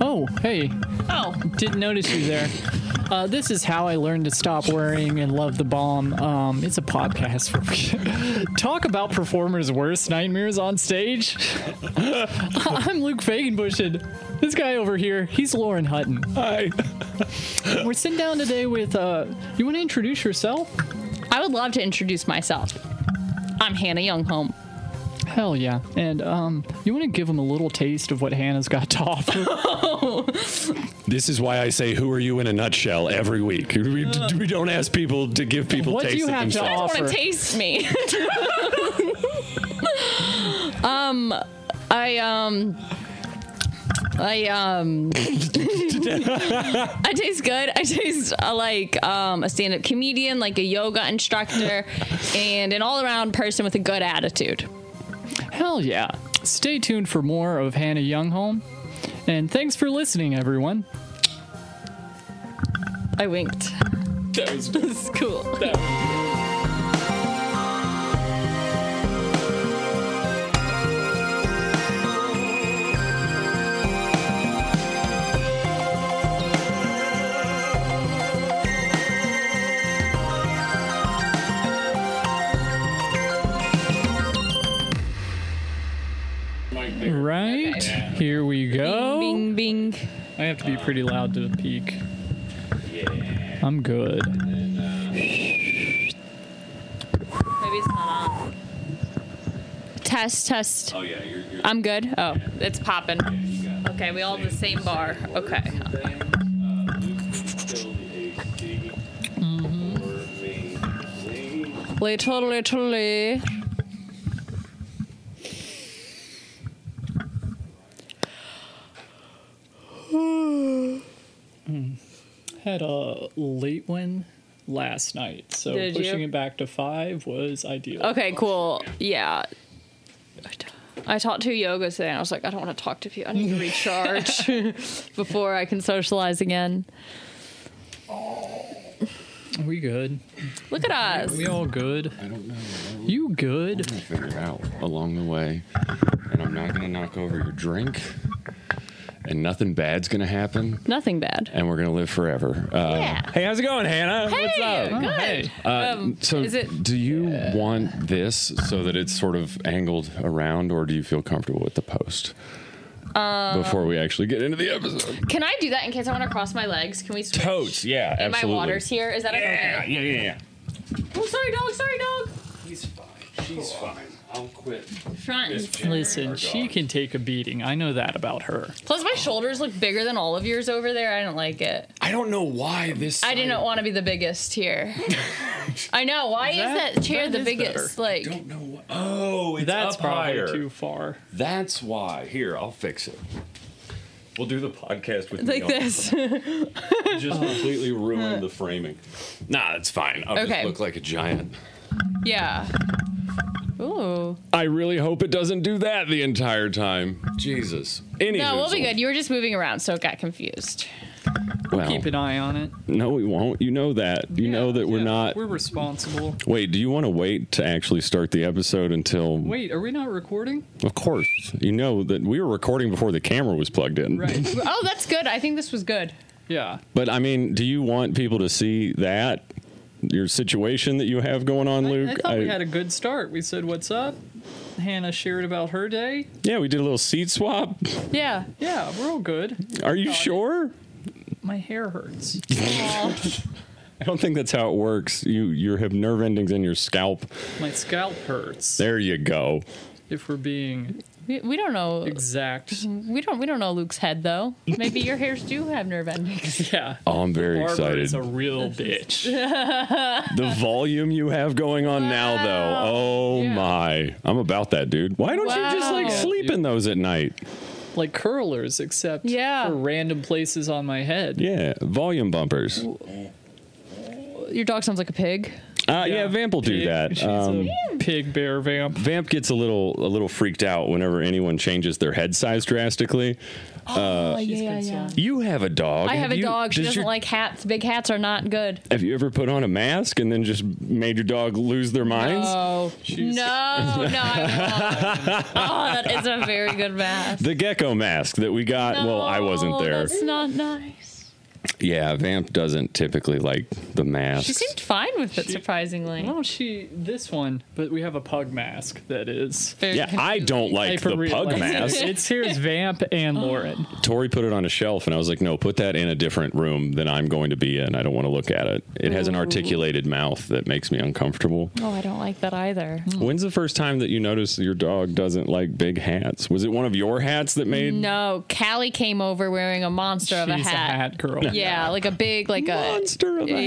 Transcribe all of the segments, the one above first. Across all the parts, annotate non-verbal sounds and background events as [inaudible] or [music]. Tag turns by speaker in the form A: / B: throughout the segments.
A: Oh, hey.
B: Oh,
A: Didn't notice you there. Uh, this is how I learned to stop worrying and love the bomb. Um, it's a podcast where we [laughs] talk about performers' worst nightmares on stage. [laughs] I'm Luke Fagenbush, and this guy over here, he's Lauren Hutton.
C: Hi.
A: We're sitting down today with. Uh, you want to introduce yourself?
B: I would love to introduce myself. I'm Hannah Youngholm.
A: Hell yeah! And um, you want to give him a little taste of what Hannah's got to [laughs] offer.
C: This is why I say, "Who are you?" in a nutshell every week. We, we don't ask people to give people
A: What do
C: taste
A: you
C: of
A: have to
C: themselves.
A: offer?
B: Want to taste
C: [laughs]
B: me? um, I um, I um, I taste good. I taste uh, like um, a stand-up comedian, like a yoga instructor, and an all-around person with a good attitude.
A: Hell yeah. Stay tuned for more of Hannah Youngholm. And thanks for listening, everyone.
B: I winked.
C: That
B: [laughs]
C: was-
B: It's cool.
A: Right? Here we go.
B: Bing, bing.
A: I have to be pretty loud to peak. Yeah. I'm good.
B: Maybe it's not on. Test, test.
D: Oh yeah, you're, you're
B: I'm good. Oh, it's popping. Okay, we all have the same bar. Okay.
D: uh,
B: Little, Mm-hmm. literally.
A: Had a late one last night, so
B: Did
A: pushing
B: you?
A: it back to five was ideal.
B: Okay, cool. Yeah. I taught two yoga today, and I was like, I don't want to talk to people. I need to recharge
D: [laughs]
B: [laughs] before I can socialize again.
A: We good.
B: Look at us.
A: We all good.
D: I don't know. I'm
A: You good?
D: gonna figure it out along the way, and I'm not gonna knock over your drink, and nothing bad's gonna happen,
B: Nothing bad.
D: and we're gonna live forever. Uh,
B: Yeah.
C: hey, how's it going, Hannah? What's
B: Hey,
C: up?
B: good.
A: Oh, hey.
D: uh,
B: Um,
D: so,
B: is it-
D: do you want this so that it's sort of angled around, or do you feel comfortable with the post?
B: Um,
D: Before we actually get into the episode,
B: Can I do that in case I want to cross my legs? Can we switch?
C: Totes. Yeah.
B: And my
D: absolutely.
B: water's here. Is that
C: Yeah.
B: okay?
C: Yeah. Yeah. yeah.
B: Oh, sorry, dog. Sorry, dog.
D: he's fine. She's fine. I'll quit.
B: Front. and center.
A: Listen, she can take a beating. I know that about her.
B: Plus, my shoulders look bigger than all of yours over there. I don't like it.
D: I don't know why this.
B: I didn't want to be the biggest here. I know. Why is
A: That-
B: that, chair
A: that
B: the
A: is
B: biggest? Like,
D: don't know. Why. Oh, it's
A: That's
D: up
A: probably
D: higher.
A: too far.
D: That's why. Here, I'll fix it. We'll do the podcast with
B: [laughs] like
D: me on-
B: this. [laughs]
D: Just completely ruin the framing. Nah, it's fine. I'll
B: Okay.
D: just look like a giant.
B: yeah. Ooh.
D: I really hope it doesn't do that the entire time. Jesus. Any
B: No, we'll be good. You were just moving around, so it got confused.
D: Well,
A: Keep an eye on it.
D: no, we won't. You know that. You know that we're
A: Yeah,
D: not.
A: We're responsible.
D: Wait, do you want to wait to actually start the episode until?
A: Wait, are we not recording?
D: Of course. You know that we were recording before the camera was plugged in. [laughs]
A: Right. [laughs]
B: Oh, that's good. I think this was good.
A: yeah.
D: But I mean, do you want people to see that your situation that you have going on, Luke?
A: I thought we had a good start. We said, "What's up?" Hannah shared about her day.
D: yeah, we did a little seat swap.
B: Yeah.
A: Yeah, we're all good.
D: Are you sure?
A: My hair hurts.
D: I don't think that's how it works. You you have nerve endings in your scalp.
A: My scalp hurts.
D: There you go.
A: If we're being
B: We, we don't know.
D: [laughs]
A: exact. [laughs]
B: We don't. We don't know Luke's head though. Maybe your hairs do have nerve endings.
A: Yeah.
D: Oh, I'm very
A: Barbara
D: excited.
A: is a
D: [laughs]
A: real bitch. [laughs]
D: the volume you have going on now, though. Oh
A: Yeah.
D: my! I'm about that, dude. Why don't you just like
B: Wow.
D: sleep in those at night?
A: like curlers, except
B: Yeah.
A: for random places on my head.
D: Yeah, volume bumpers.
B: Your dog sounds like a pig.
D: Uh, yeah, Vamp will do
A: Pig.
D: that.
A: She's
D: Um,
A: a pig bear vamp.
D: Vamp gets a little a little freaked out whenever anyone changes their head size drastically.
B: oh yeah, yeah.
D: You have a dog.
B: I have a
D: you-
B: dog. She
D: does
B: doesn't
D: your-
B: like hats. Big hats are not good.
D: Have you ever put on a mask and then just made your dog lose their minds?
B: Oh no, no,
D: [laughs]
B: I won't. Oh, that is a very good mask.
D: the gecko mask that we got. well, I wasn't
B: No,
D: there.
B: That's not nice.
D: Yeah, Vamp doesn't typically like the mask.
B: She seemed fine with it, surprisingly.
A: Well, she this one, but we have a pug mask that is.
B: Very
D: yeah, I don't like
A: hyper
D: the pug
A: realistic.
D: mask.
A: [laughs]
B: [laughs]
A: It's here's Vamp and Lauren.
B: [gasps]
D: Tori put it on a shelf, and I was like, "No, put that in a different room than I'm going to be in. I don't want to look at it. It has an articulated mouth that makes me uncomfortable."
B: Oh, I don't like that either.
D: When's the first time that you noticed your dog doesn't like big hats? Was it one of your hats that made?
B: No, Callie came over wearing a monster
A: She's
B: of a hat.
A: girl.
B: Yeah, like a big, like a
D: Monster of a hat.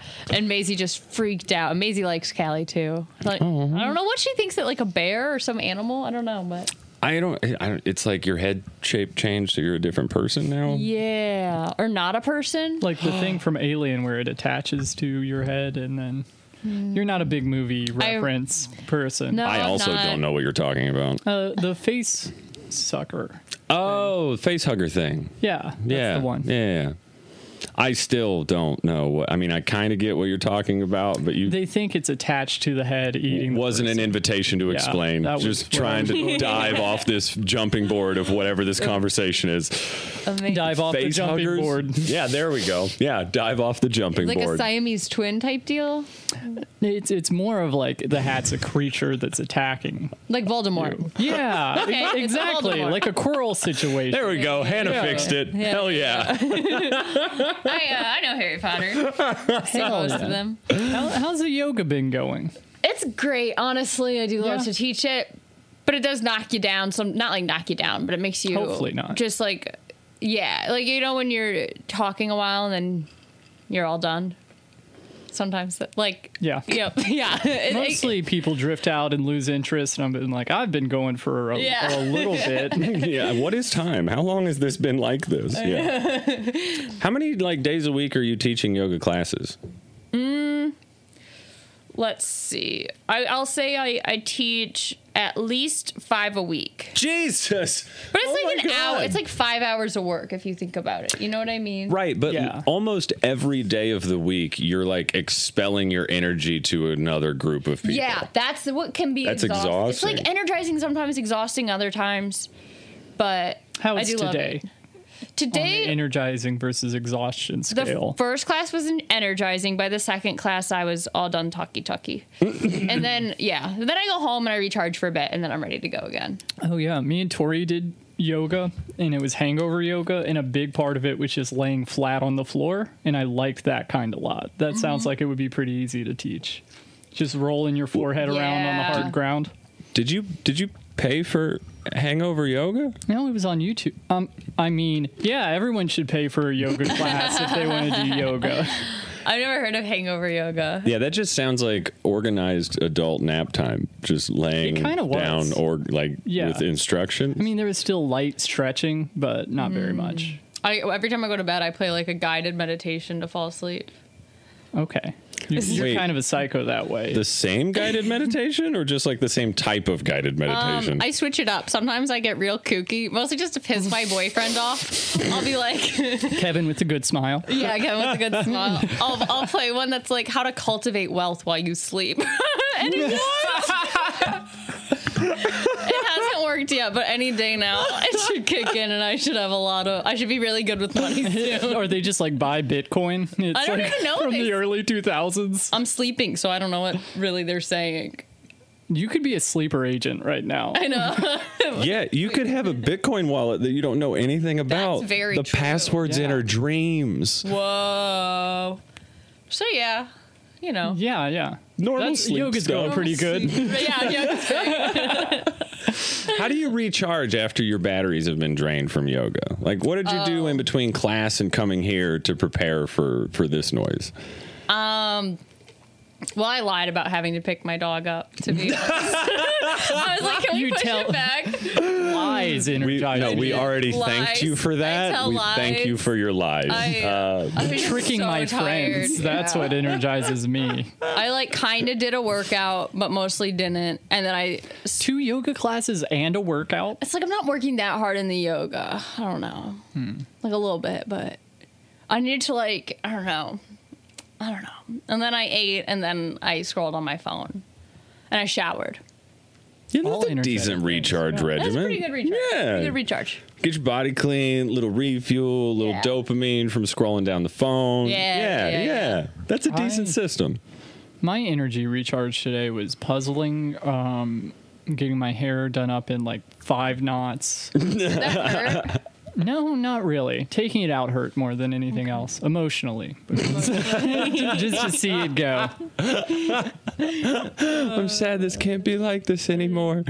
B: yeah. And Maisie just freaked out. And Maisie likes Callie too. Like I don't know what she thinks that like a bear or some animal. I don't know, but
D: I don't. I don't. It's like your head shape changed, so you're a different person now.
B: yeah, or not a person.
A: Like the
B: [gasps]
A: thing from Alien where it attaches to your head and then you're not a big movie reference person.
B: Hmm. No,
D: I
B: I'm
D: also
B: not.
D: don't know what you're talking about.
A: Uh, the face sucker.
D: Oh, face hugger thing.
A: Yeah. That's
D: yeah,
A: the one.
D: Yeah, I still don't know what. I mean, I kind of get what you're talking about, but you
A: They think it's attached to the head eating. the
D: wasn't an
A: person.
D: invitation to explain.
A: that was
D: Just
A: what I
D: trying to dive off this jumping board of
A: [laughs]
D: whatever this conversation is.
B: Amazing.
A: dive off the
D: Face
A: jumping
D: huggers?
A: board.
D: [laughs] Yeah, there we go. Yeah, dive off the jumping
B: Like a
D: board.
B: Siamese twin type deal,
A: It's it's more of like the hat's a creature that's
B: [laughs]
A: attacking.
B: like Voldemort.
A: Yeah,
B: Okay,
A: ex-
B: it's
A: exactly.
B: Voldemort.
A: Like a quarrel situation.
D: there we go. Hannah
A: Yeah.
D: fixed it.
B: Yeah.
D: Hell yeah.
B: [laughs] I uh, I know
A: [laughs]
B: Harry Potter. See
A: Hell
B: most
A: yeah.
B: of them.
A: How, how's the yoga been going?
B: It's great, honestly. I do love
A: Yeah.
B: to teach it, but it does knock you down. Some not like knock you down, but it makes you
A: Hopefully not.
B: Just like yeah, like you know when you're talking a while and then you're all done. Sometimes that like
A: Yeah.
B: [laughs] yep yeah It- it-
A: Mostly people drift out and lose interest, and I've been like, I've been going for a,
B: Yeah.
A: a
B: [laughs]
A: little bit.
D: [laughs] yeah. What is time? How long has this been
B: [laughs]
D: like this? Yeah. How many like days a week are you teaching yoga classes?
B: let's see. I, I'll say I I teach at least five a week,
D: Jesus.
B: but it's
D: Oh
B: like
D: my
B: an hour.
D: God.
B: It's like five hours of work if you think about it. You know what I mean?
D: Right, but
A: Yeah.
D: almost every day of the week, you're like expelling your energy to another group of people.
B: Yeah, that's the- what can be.
D: That's
B: exhausting. It's like
D: exhausting.
B: energizing sometimes, exhausting other times. But
A: How
B: I
A: is
B: do love
A: today?
B: it.
A: On the
B: Today,
A: energizing versus exhaustion
B: the
A: scale.
B: first class was en- energizing. By the second class, I was all done talkie
D: [laughs]
B: talkie. and then yeah, then I go home and I recharge for a bit, and then I'm ready to go again.
A: oh yeah, me and Tori did yoga, and it was hangover yoga, and a big part of it was just laying flat on the floor, and I liked that kind a lot. That
B: Mm-hmm.
A: sounds like it would be pretty easy to teach. Just rolling your forehead around on the
B: Yeah.
A: hard ground.
D: Did you did you pay for hangover yoga?
A: No, it was on YouTube. Um, I mean, yeah, everyone should pay for a yoga
B: [laughs]
A: class if they want to do yoga.
B: I've never heard of hangover yoga.
D: Yeah, that just sounds like organized adult nap time, just laying
A: It kinda was.
D: down or like
A: Yeah.
D: with instruction.
A: I mean, there was still light stretching, but not very much.
B: I, every time I go to bed, I play like a guided meditation to fall asleep.
A: Okay. You,
B: This is-
A: you're
D: Wait.
A: kind of a psycho that way.
D: the same guided meditation or just like the same type of guided meditation?
B: Um, I switch it up. Sometimes I get real kooky, mostly just to piss my boyfriend off. I'll be like.
A: [laughs]
B: [laughs]
A: Kevin with a good smile.
D: [laughs]
B: Yeah, again with a good smile. I'll, I'll play one that's like how to cultivate wealth while you sleep. [laughs] and
A: [laughs]
B: he it hasn't worked yet, but any day now it should kick in, and I should have a lot of. I should be really good with money soon.
A: or they just like buy Bitcoin. It's
B: don't
A: like
B: even know
A: from
B: if
A: the
B: they-
A: early 2000s.
B: I'm sleeping, so I don't know what really they're saying.
A: You could be a sleeper agent right now.
B: I know. [laughs]
D: yeah, you could have a Bitcoin wallet that you don't know anything about.
B: very
D: the
B: true.
D: passwords in
A: Yeah.
D: her dreams.
B: Whoa. So yeah, you know.
A: Yeah, yeah.
D: Normal
A: That's,
D: sleep
A: yoga's
D: stuff.
A: going pretty good.
B: But yeah, yeah.
D: How do you recharge after your batteries have been drained from yoga? Like, what did you do
B: Oh.
D: in between class and coming here to prepare for for this noise?
B: Well, I lied about having [laughs] to pick my dog up. To be honest, I was like, "Can we
A: You
B: push
A: tell-
B: it back?"
A: Why? lies
D: [sighs] We,
A: energizing.
D: no, we
B: did.
D: already
B: Lies.
D: thanked you for
B: I
D: that.
B: tell
D: We thank you
B: lies.
D: for your lies.
B: [laughs] I,
D: uh,
B: I've been
A: tricking
B: so
A: my
B: tired.
A: friends. That's
B: Yeah.
D: [laughs]
A: what energizes me.
B: I like kind of did a workout, but mostly didn't. And then I,
A: Two yoga classes and a workout.
B: it's like I'm not working that hard in the yoga. I don't know, like a little bit, but I need to like I don't know, I don't know. And then I ate, and then I scrolled on my phone, and I showered.
D: you
A: all
D: know, that's a
A: energetic
D: decent recharge regimen.
B: That's a pretty good recharge.
D: Yeah.
B: Pretty good
D: [laughs]
B: recharge.
D: Get your body clean, little refuel, little
B: Yeah.
D: dopamine from scrolling down the phone.
B: Yeah,
D: yeah.
B: yeah,
D: yeah. That's a decent
A: I-
D: system.
A: My energy recharge today was puzzling. Um, getting my hair done up in like five knots.
B: Did that hurt?
A: no, not really. Taking it out hurt more than anything else, emotionally. [laughs] Just to see it go.
D: I'm sad this can't be like this anymore.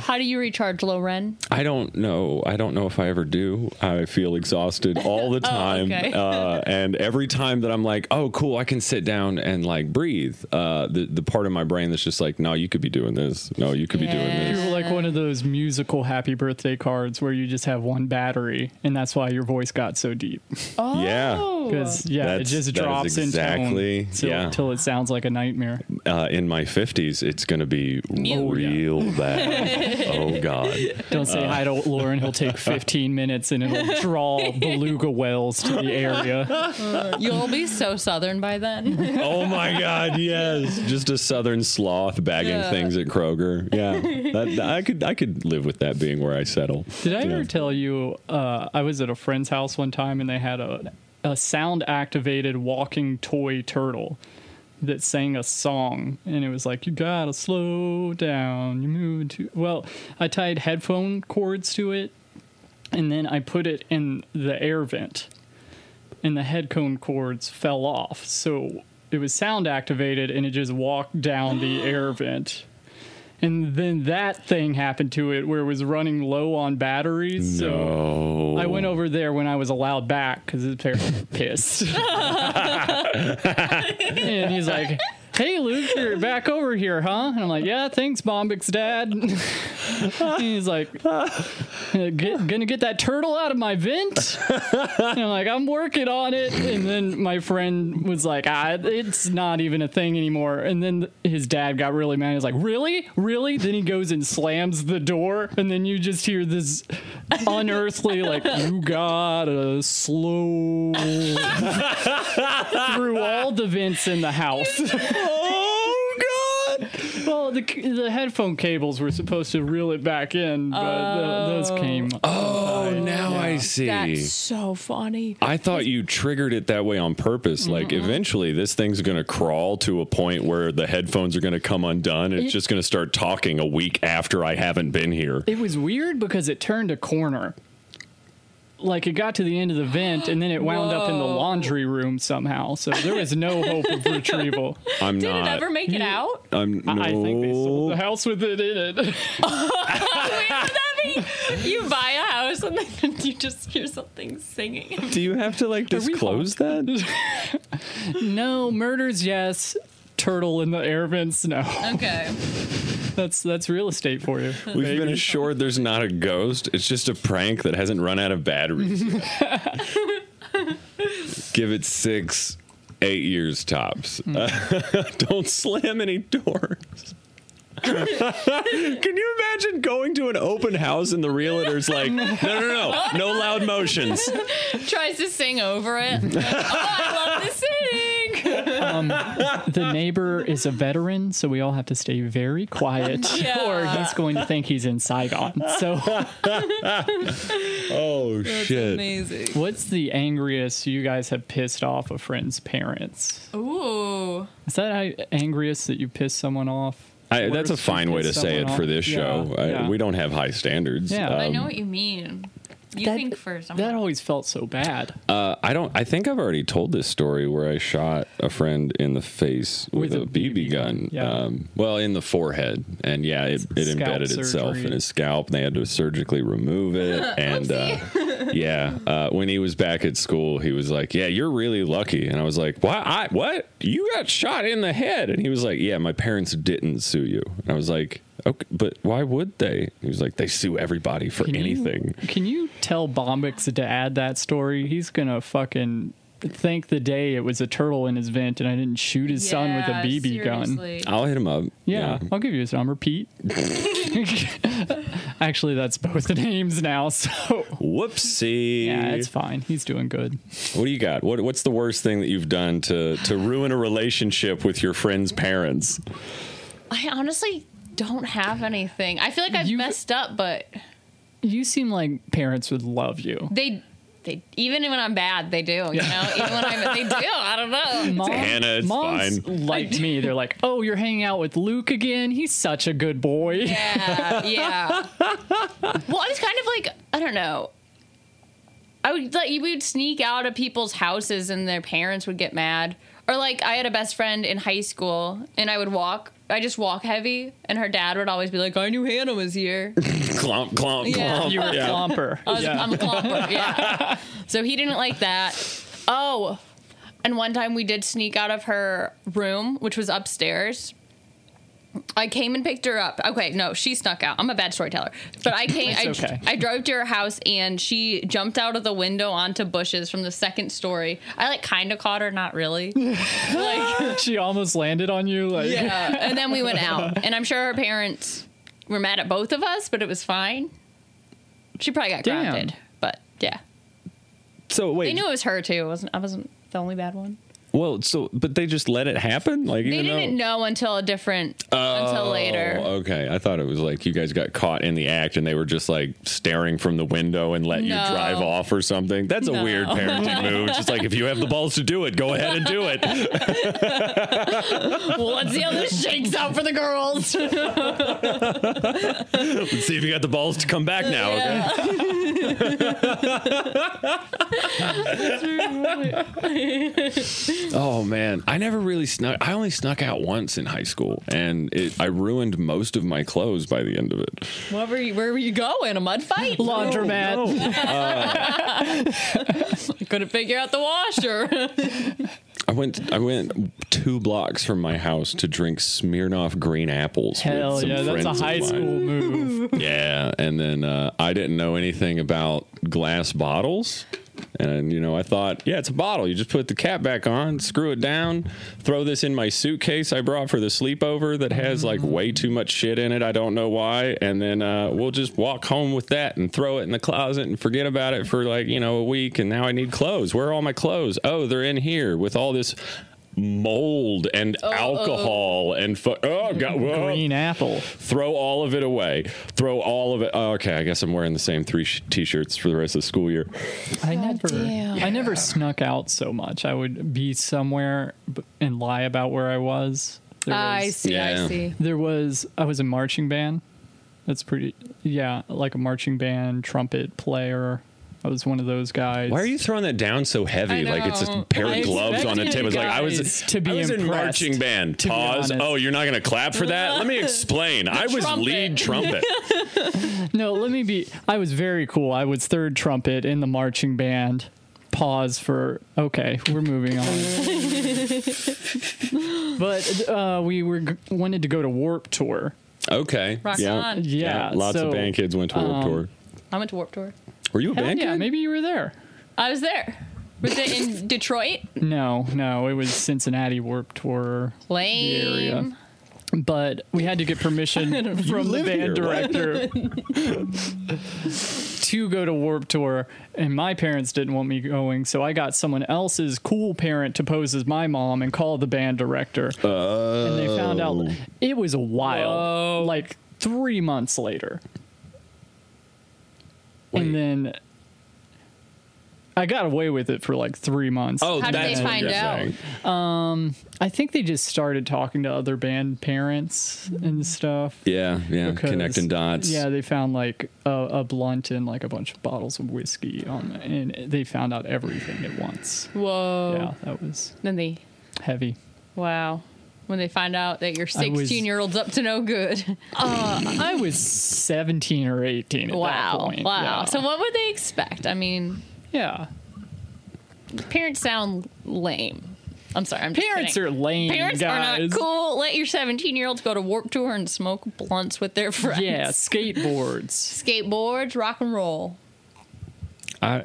B: How do you recharge, Loren?
D: I don't know. I don't know if I ever do. I feel exhausted
B: [laughs]
D: all the time,
B: Oh, okay.
D: uh, and every time that I'm like, "Oh, cool, I can sit down and like breathe," uh, the the part of my brain that's just like, "No, you could be doing this. No, you could be doing
B: Yeah.
D: this."
A: You're like one of those musical happy birthday cards where you just have one battery, and that's why your voice got so deep.
B: Oh,
A: Because yeah, it
D: That's-
A: just
D: that is
A: drops
D: exactly-
A: in tone till,
D: yeah.
A: till it sounds like a nightmare.
D: uh, in my 50s, it's going to be
B: Mute.
D: real
B: [laughs]
D: bad. oh, God.
A: Don't say
D: Uh.
A: hi to Lauren; he'll
D: [laughs]
A: take 15 minutes and it'll draw beluga whales to the area.
B: you'll be so southern
A: [laughs]
B: by then.
D: Oh, my God. Yes. Just a southern sloth bagging
B: Yeah.
D: things at Kroger. Yeah. That, I could I could live with that being where I settle.
A: Did I
D: Yeah.
A: ever tell you uh, I was at a friend's house one time and they had a a sound activated walking toy turtle that sang a song and it was like you gotta slow down you move to well i tied headphone cords to it and then i put it in the air vent and the headphone cords fell off so it was sound activated and it just walked down the air vent and then that thing happened to it where it was running low on batteries so
D: Oh.
A: I went over there when I was allowed back because his parents were [laughs] pissed. and he's like, "Hey, Luke, you're back over here, huh?" And I'm like, "Yeah, thanks, Bombix Dad." [laughs] and he's like, "Get- "Gonna get that turtle out of my vent?" and [laughs] I'm like, "I'm working on it." And then my friend was like, "Ah, it's not even a thing anymore." And then his dad got really mad. He's like, "Really, really?" Then he goes and slams the door, and then you just hear this unearthly like you gotta
D: [laughs]
A: slow through all the vents in the house
D: [laughs] Oh, God.
A: well the, the headphone cables were supposed to reel it back in but tho- those came
D: Oh, now I see.
B: That's so funny.
D: I thought you triggered it that way on purpose. Like,
B: Mm-hmm.
D: eventually, this thing's going to crawl to a point where the headphones are going to come undone. and It's just going to start talking a week after I haven't been here.
A: it was weird because it turned a corner like it got to the end of the vent and then it wound up in the
B: Whoa.
A: laundry room somehow so there was no hope of retrieval
D: I'm
B: Did
D: not.
B: it ever make it out?
D: I'm no.
A: [laughs] i think they sold the house with it in it [laughs]
B: You buy a house and then [laughs] you just hear something singing.
D: Do you have to like disclose
A: [laughs]
D: that?
A: no murders yes turtle in the air vents no [laughs]
B: Okay.
A: That's that's real estate for you.
D: We've been assured there's not a ghost. It's just a prank that hasn't run out of batteries. yet.
A: [laughs]
D: Give it six, eight years tops.
A: Mm.
D: [laughs] don't slam any doors. [laughs] Can you imagine going to an open house and the realtor's like, no, no, no, no loud
A: [laughs]
D: motions.
B: Tries to sing over it. oh, I love to [laughs] sing.
A: [laughs] The neighbor is a veteran, so we all have to stay very quiet, [laughs]
B: Yeah.
A: or he's going to think he's in Saigon. [laughs] So,
D: Oh shit!
B: Amazing.
A: what's the angriest you guys have pissed off a friend's parents?
B: Ooh.
A: Is that how angriest that you pissed someone off?
D: I, that's a
A: Worst
D: fine way to
A: offense
D: say it
A: someone
D: for
A: off.
D: this
A: Yeah,
D: show. I-
A: yeah.
D: we don't have high standards. Um,
A: Yeah.
B: I
A: I
B: know what you mean. You
A: That-
B: think first. I'm
A: That always felt so bad
D: Uh, I don't. I think I've already told this story where I shot a friend in the face with, a, BB gun.
A: yeah.
D: Um, well, in the forehead, and yeah, it, it
A: Scalp
D: embedded itself in
A: surgery.
D: his scalp, and they had to surgically remove it. and uh, yeah, uh, when he was back at school, he was like, "Yeah, you're really lucky." And I was like, "What? I what? You got shot in the head?" And he was like, "Yeah, my parents didn't sue you." And I was like. Okay, but why would they? He was like, they sue everybody for
A: Can you-
D: anything.
A: can you tell Bombix to add that story? He's gonna fucking thank the day it was a turtle in his vent and I didn't shoot his son with a BB gun. Uh,
D: I'll hit him up.
A: Yeah, I'll give you his number,
D: [laughs]
A: Pete. Actually, that's both [laughs] the names now, so
D: Whoopsie.
A: yeah, it's fine. He's doing good.
D: What do you got? What What's the worst thing that you've done to to ruin a relationship with your friend's parents?
B: I honestly don't have anything. I feel like I've
A: You've-
B: messed up, but
A: You seem like parents would love you.
B: they. They, even when I'm bad, they do. You know, even when I'm, they do. I don't know.
A: Mom,
D: Hannah, it's
A: moms liked me. They're like, "Oh, you're hanging out with Luke again. He's such a good boy."
B: Yeah, yeah. well, I was kind of like, I don't know. I would like we would sneak out of people's houses and their parents would get mad. Or like I had a best friend in high school and I would walk. I just walk heavy, and her dad would always be like, "I knew Hannah was here."
D: Clomp, clomp,
B: Yeah.
A: [laughs]
D: clomp.
A: You were
D: Yeah.
A: a flomper.
B: [laughs] I was,
A: Yeah.
B: I'm a
A: [laughs]
B: clomper, yeah. So he didn't like that. Oh, and one time we did sneak out of her room, which was upstairs. I came and picked her up. Okay, no, she snuck out. I'm a bad storyteller, but I came. I,
A: [laughs] It's okay.
B: I drove to her house and she jumped out of the window onto bushes from the second story. I like kind of caught her,
A: [laughs]
B: not really. like,
A: she almost landed on you. Like,
B: yeah. And then we went out, and I'm sure her parents were mad at both of us, but it was fine. She probably got
A: Damn.
B: grounded, but yeah.
D: So
B: They
D: wait,
B: knew it was her too. It wasn't I wasn't the only bad one.
D: well, so but they just let it happen, like
B: They
D: even
B: didn't
D: though.
B: know until a different until later.
A: [laughs]
D: Oh, okay. I thought it was like you guys got caught in the act and they were just like staring from the window and let you
B: No.
D: drive off or something. That's a
B: No.
D: weird parenting move. It's just like if you have the balls to do it, go ahead and do it. [laughs]
B: well, let's see how this shakes out for
A: [laughs]
B: the girls.
D: Let's see if you got the balls to come back now. Okay. Oh man, I never really snuck. I only snuck out once in high school, and it, I ruined most of my clothes by the end of it.
B: What were you, where were you going? A mud
A: [laughs]
B: fight?
A: Laundromat.
B: Couldn't figure out the washer. [laughs]
D: I went. I went two blocks from my house to drink Smirnoff green apples. with
A: Hell
D: some
A: yeah, that's a
D: friends of
A: high
D: mine.
A: school
D: [laughs]
A: move.
D: Yeah, and then uh, I didn't know anything about glass bottles. And you know, I thought, yeah, it's a bottle. You just put the cap back on, screw it down, throw this in my suitcase I brought for the sleepover that has like way too much shit in it. I don't know why. And then uh, we'll just walk home with that and throw it in the closet and forget about it for like you know a week. And now I need clothes. Where are all my clothes? Oh, they're in here with all this mold and alcohol and fu- oh god, whoa
A: Green apple.
D: throw all of it away. Throw all of it. Oh, okay, I guess I'm wearing the same three sh- t-shirts for the rest of the school year.
A: I never,
B: damn.
A: I never snuck out so much. I would be somewhere b- and lie about where I was. There
B: I
A: was,
B: see, I
D: Yeah.
B: see.
A: there was I was in marching band. That's pretty, yeah, like a marching band trumpet player. I was one of those guys.
D: Why are you throwing that down so heavy?
B: I
D: Like it's a
B: know.
D: pair of
A: I
D: gloves on the
A: expected
D: table. It's like I was
A: guys to be
D: I was in
A: impressed,
D: marching band.
A: to be
D: Pause.
A: honest.
D: Oh, you're not gonna clap for
A: [laughs]
D: that? Let me explain. I was
B: trumpet.
D: lead trumpet.
A: No, let me be. I was very cool. I was third trumpet in the marching band. Pause for okay. We're moving on. but uh, we were g- wanted to go to Warp Tour.
D: Okay.
B: Rock on.
A: Yeah,
D: Lots
A: so, um,
D: of band kids went to Warped Tour.
B: I went to Warp Tour.
D: Were you a
A: Hell
D: band
A: yeah,
D: kid?
A: maybe you were there.
B: I was there. Was
A: [laughs]
B: it in Detroit?
A: No, no, it was Cincinnati Warp Tour.
B: Lame.
A: But we had to get
D: [laughs]
A: permission from the
D: live
A: band
D: here, what?
A: director to go to Warp Tour, and my parents didn't want me going, so I got someone else's cool parent to pose as my mom and call the band director. and they found out
D: Oh.
A: it was a while, like three months later.
D: Wait.
A: And then I got away with it for like three months.
D: Oh,
B: How did they
D: that's what
B: find
D: you're
B: out?
D: saying.
A: I think they just started talking to other band parents and stuff.
D: Yeah, yeah.
A: because-
D: Connecting dots.
A: Yeah, they found like a, a blunt and like a bunch of bottles of whiskey on, and they found out everything at once.
B: Whoa.
A: Yeah, that was
B: Then they
A: heavy.
B: wow. When they find out that your
A: I was-
B: 16 year old's up to no good.
A: I was seventeen or eighteen. At
B: wow.
A: That point.
B: Wow.
A: Yeah.
B: So what would they expect? I mean,
A: yeah,
B: parents sound lame. I'm sorry. I'm just
A: Parents
B: kidding.
A: are lame,
B: Parents are
A: guys.
B: not cool. Let your 17 year olds go to Warp Tour and smoke blunts with their friends.
A: Yeah, skateboards.
B: Skateboards, rock and roll.
D: I.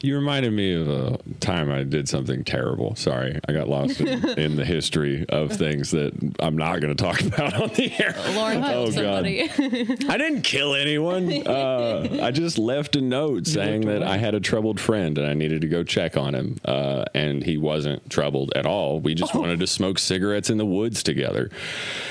D: You reminded me of a time I did something terrible. Sorry, I got lost in, [laughs] in the history of things that I'm not going to talk about on the air.
B: Lauren
D: Oh,
B: killed
D: God. [laughs]
B: somebody.
D: I didn't kill anyone. Uh, I just left a note saying that I had a troubled friend and I needed to go check on him. Uh, and he wasn't troubled at all. We just wanted to smoke cigarettes in the woods together.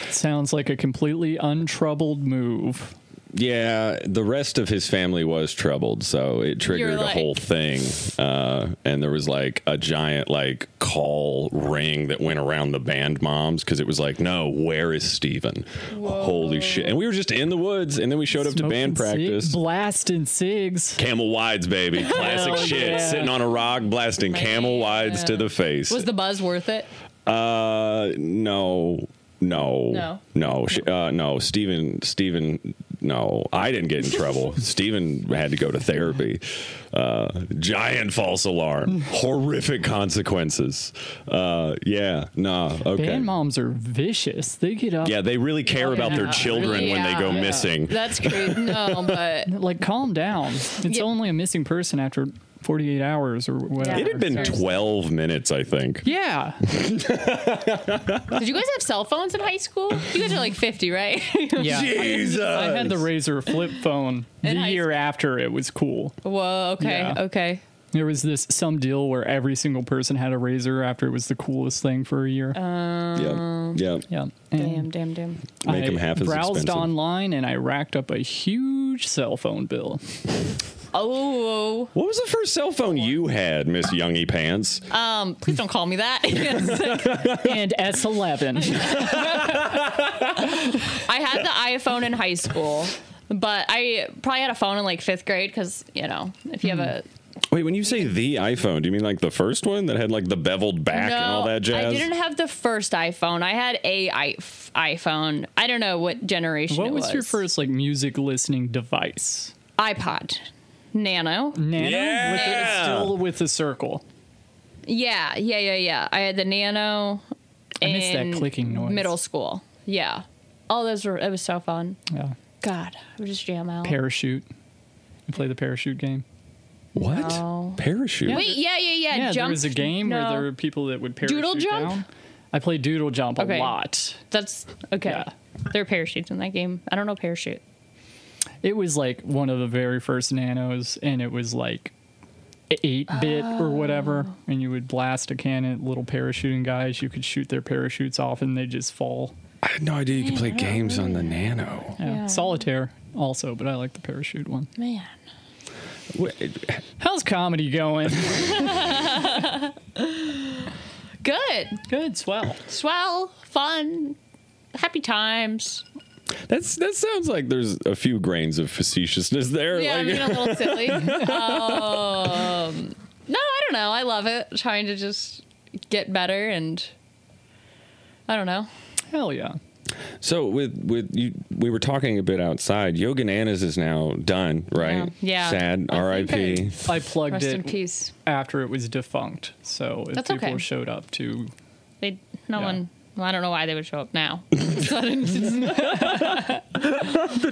A: Sounds like a completely untroubled move.
D: Yeah, the rest of his family was troubled, so it triggered
B: like-
D: a whole thing. Uh, and there was like a giant like call ring that went around the band moms because it was like, no, where is Steven? Holy shit! And we were just in the woods, and then we showed up to band
A: Smoking cig-
D: practice.
A: blasting cigs.
D: Camel wides, baby, classic
A: Hell
D: shit.
A: yeah.
D: Sitting on a rock, blasting camel wides to the face.
B: Was the buzz worth it?
D: Uh, no, no,
B: No.
D: no, sh- uh, no. Steven, Steven, no. I didn't get in
A: [laughs]
D: trouble. Steven had to go to therapy. Uh, giant
A: [laughs]
D: false alarm, horrific consequences. Uh, yeah, nah, okay.
A: Band moms are vicious. They get up.
D: yeah, they really care about their
A: yeah,
D: children when they go
B: Yeah.
D: missing.
B: That's crazy. No, but
A: Like, calm down. It's
B: Yeah.
A: only a missing person after 48 hours or whatever.
B: Yeah.
D: It had been 12 minutes, I think. [laughs]
A: Yeah.
B: did you guys have cell phones in high school? You guys are like 50, right? [laughs]
A: Yeah.
D: Jesus.
A: I had the Razor flip phone the
B: In high
A: year
B: school.
A: after it was cool.
B: Whoa. Okay.
A: Yeah.
B: Okay.
A: There was this some deal where every single person had a Razor after it was the coolest thing for a year.
D: yeah, yeah.
A: yeah. And
B: Uh, Damn. Damn. Damn.
D: Make them half as
A: um, browsed
D: expensive.
A: online and I racked up a huge cell phone
D: [laughs]
A: bill.
B: Oh.
D: What was the first cell phone you had, Miss Youngie Pants?
B: Um. Please don't call me that. [laughs]
A: and S11.
B: I had the iPhone in high school, but I probably had a phone in like fifth grade because you know if you have a
D: Hmm. Wait, when you say the iPhone, do you mean like the first one that had like the beveled back and all that jazz?
B: I didn't have the first iPhone. I had a I- iPhone. I don't know what generation.
A: What
B: it
A: was your first like music listening device?
B: iPod?
A: Nano
B: Nano.
A: with the,
D: Yeah.
A: still with the circle.
B: Yeah, yeah, yeah, yeah. I had the Nano.
A: I miss that
B: in
A: clicking noise.
B: Middle school. Yeah. Oh, those were. It was so fun.
A: Yeah.
B: God, I would just jam out.
A: Parachute. You play the parachute game.
D: What?
B: No.
D: Parachute.
B: Wait, yeah, yeah, yeah.
A: Yeah, there
B: jump.
A: was a game where
B: no.
A: there were people that would parachute
B: Doodle jump?
A: down. I played doodle jump a
B: Okay.
A: lot.
B: That's okay.
A: Yeah.
B: There are parachutes in that game. I don't know parachute.
A: It was like one of the very first nanos, and it was like eight bit or whatever,
B: Oh.
A: and you would blast a cannon. at Little parachuting guys, you could shoot their parachutes off, and they just fall.
D: I had no idea you could play games on the Nano.
A: Yeah. Solitaire also, but I like the parachute one.
B: Man.
A: How's comedy
B: [laughs]
A: going?
B: Good.
A: Good, swell.
B: Swell. Fun. Happy times.
D: That's that sounds like there's a few grains of facetiousness there.
B: Yeah,
D: like,
B: I'm being a
A: [laughs]
B: little silly. um, no, I don't know. I love it. Trying to just get better and I don't know.
A: Hell yeah.
D: So with with you, we were talking a bit outside. Yoga Nanas is now done, right?
B: Yeah. Yeah.
D: Sad.
B: I think
D: R.I.P.
A: I plugged
B: Rest
A: it
B: in peace.
A: after it was defunct, so if
B: That's
A: people
B: okay.
A: showed up to,
B: They no
A: Yeah.
B: one. Well, I don't know why they would show up now.
D: The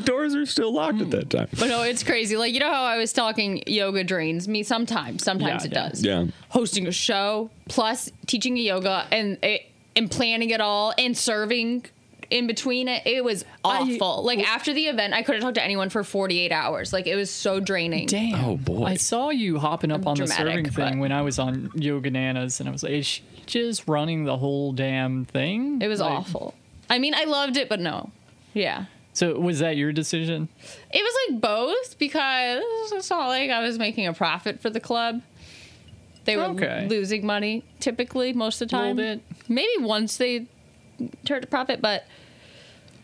D: doors are still locked at that time.
B: But no, it's crazy. Like you know how I was talking yoga drains me sometimes. Sometimes
A: Yeah,
B: it
A: yeah.
B: does.
D: Yeah.
B: Hosting a show plus teaching a yoga and it, and planning it all and serving in between it. It was awful. like after the event, I couldn't talk to anyone for 48 hours. Like it was so draining.
A: damn.
D: Oh, boy.
A: I saw you hopping up on the
B: dramatic,
A: serving thing
B: but-
A: when I was on Yoga Nanas, and I was like, is she just running the whole damn thing?
B: It was
A: Like,
B: awful. I mean, I loved it, but no. Yeah.
A: So was that your decision?
B: It was like both because it's not like I was making a profit for the club. They were
A: Okay.
B: losing money typically most of the
A: Little
B: time.
A: bit.
B: Maybe once they turned a profit, but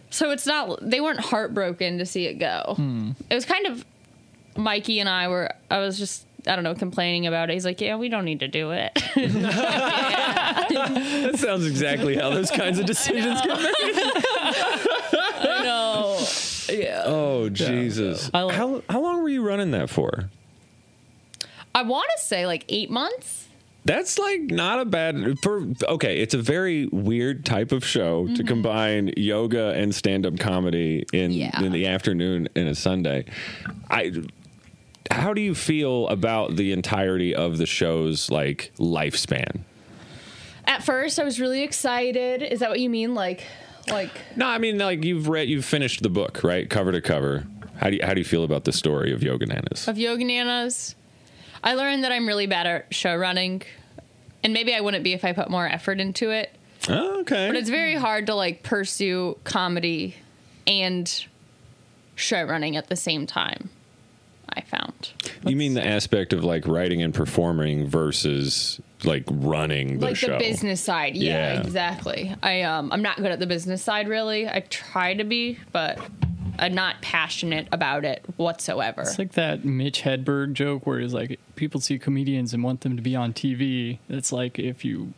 B: so it's not they weren't heartbroken to see it go.
A: Hmm.
B: It was kind of Mikey and I were I was just I don't know complaining about it. He's like, "Yeah, we don't need to
A: [laughs]
B: do it."
D: That sounds exactly how those
B: [laughs]
D: kinds of decisions get made.
B: [laughs] no.
D: Oh Jesus!
A: I like-
D: how how long were you running that for?
B: I want to say like 8 months.
D: That's like not a bad. For, okay, it's a very weird type of show
B: Mm-hmm.
D: to combine yoga and stand-up comedy in
B: Yeah.
D: in the afternoon in a Sunday. I. How do you feel about the entirety of the show's like lifespan?
B: At first, I was really excited. Is that what you mean? Like, like
D: No, I mean like you've read, you've finished the book, right, cover to cover. How do you, how do you feel about the story of Yoga Nanas?
B: of Yoga Nanas. I learned that I'm really bad at show running, and maybe I wouldn't be if I put more effort into it.
D: Oh, okay,
B: But it's very hard to like pursue comedy and show running at the same time. I found
D: You mean the aspect of like writing and performing versus like running the
B: like
D: show?
B: the business side. Yeah,
D: Yeah.
B: exactly. I um I'm not good at the business side really. I try to be, but I'm not passionate about it whatsoever.
A: It's like that Mitch Hedberg joke where he's like, people see comedians and want them to be on TV. It's like if you,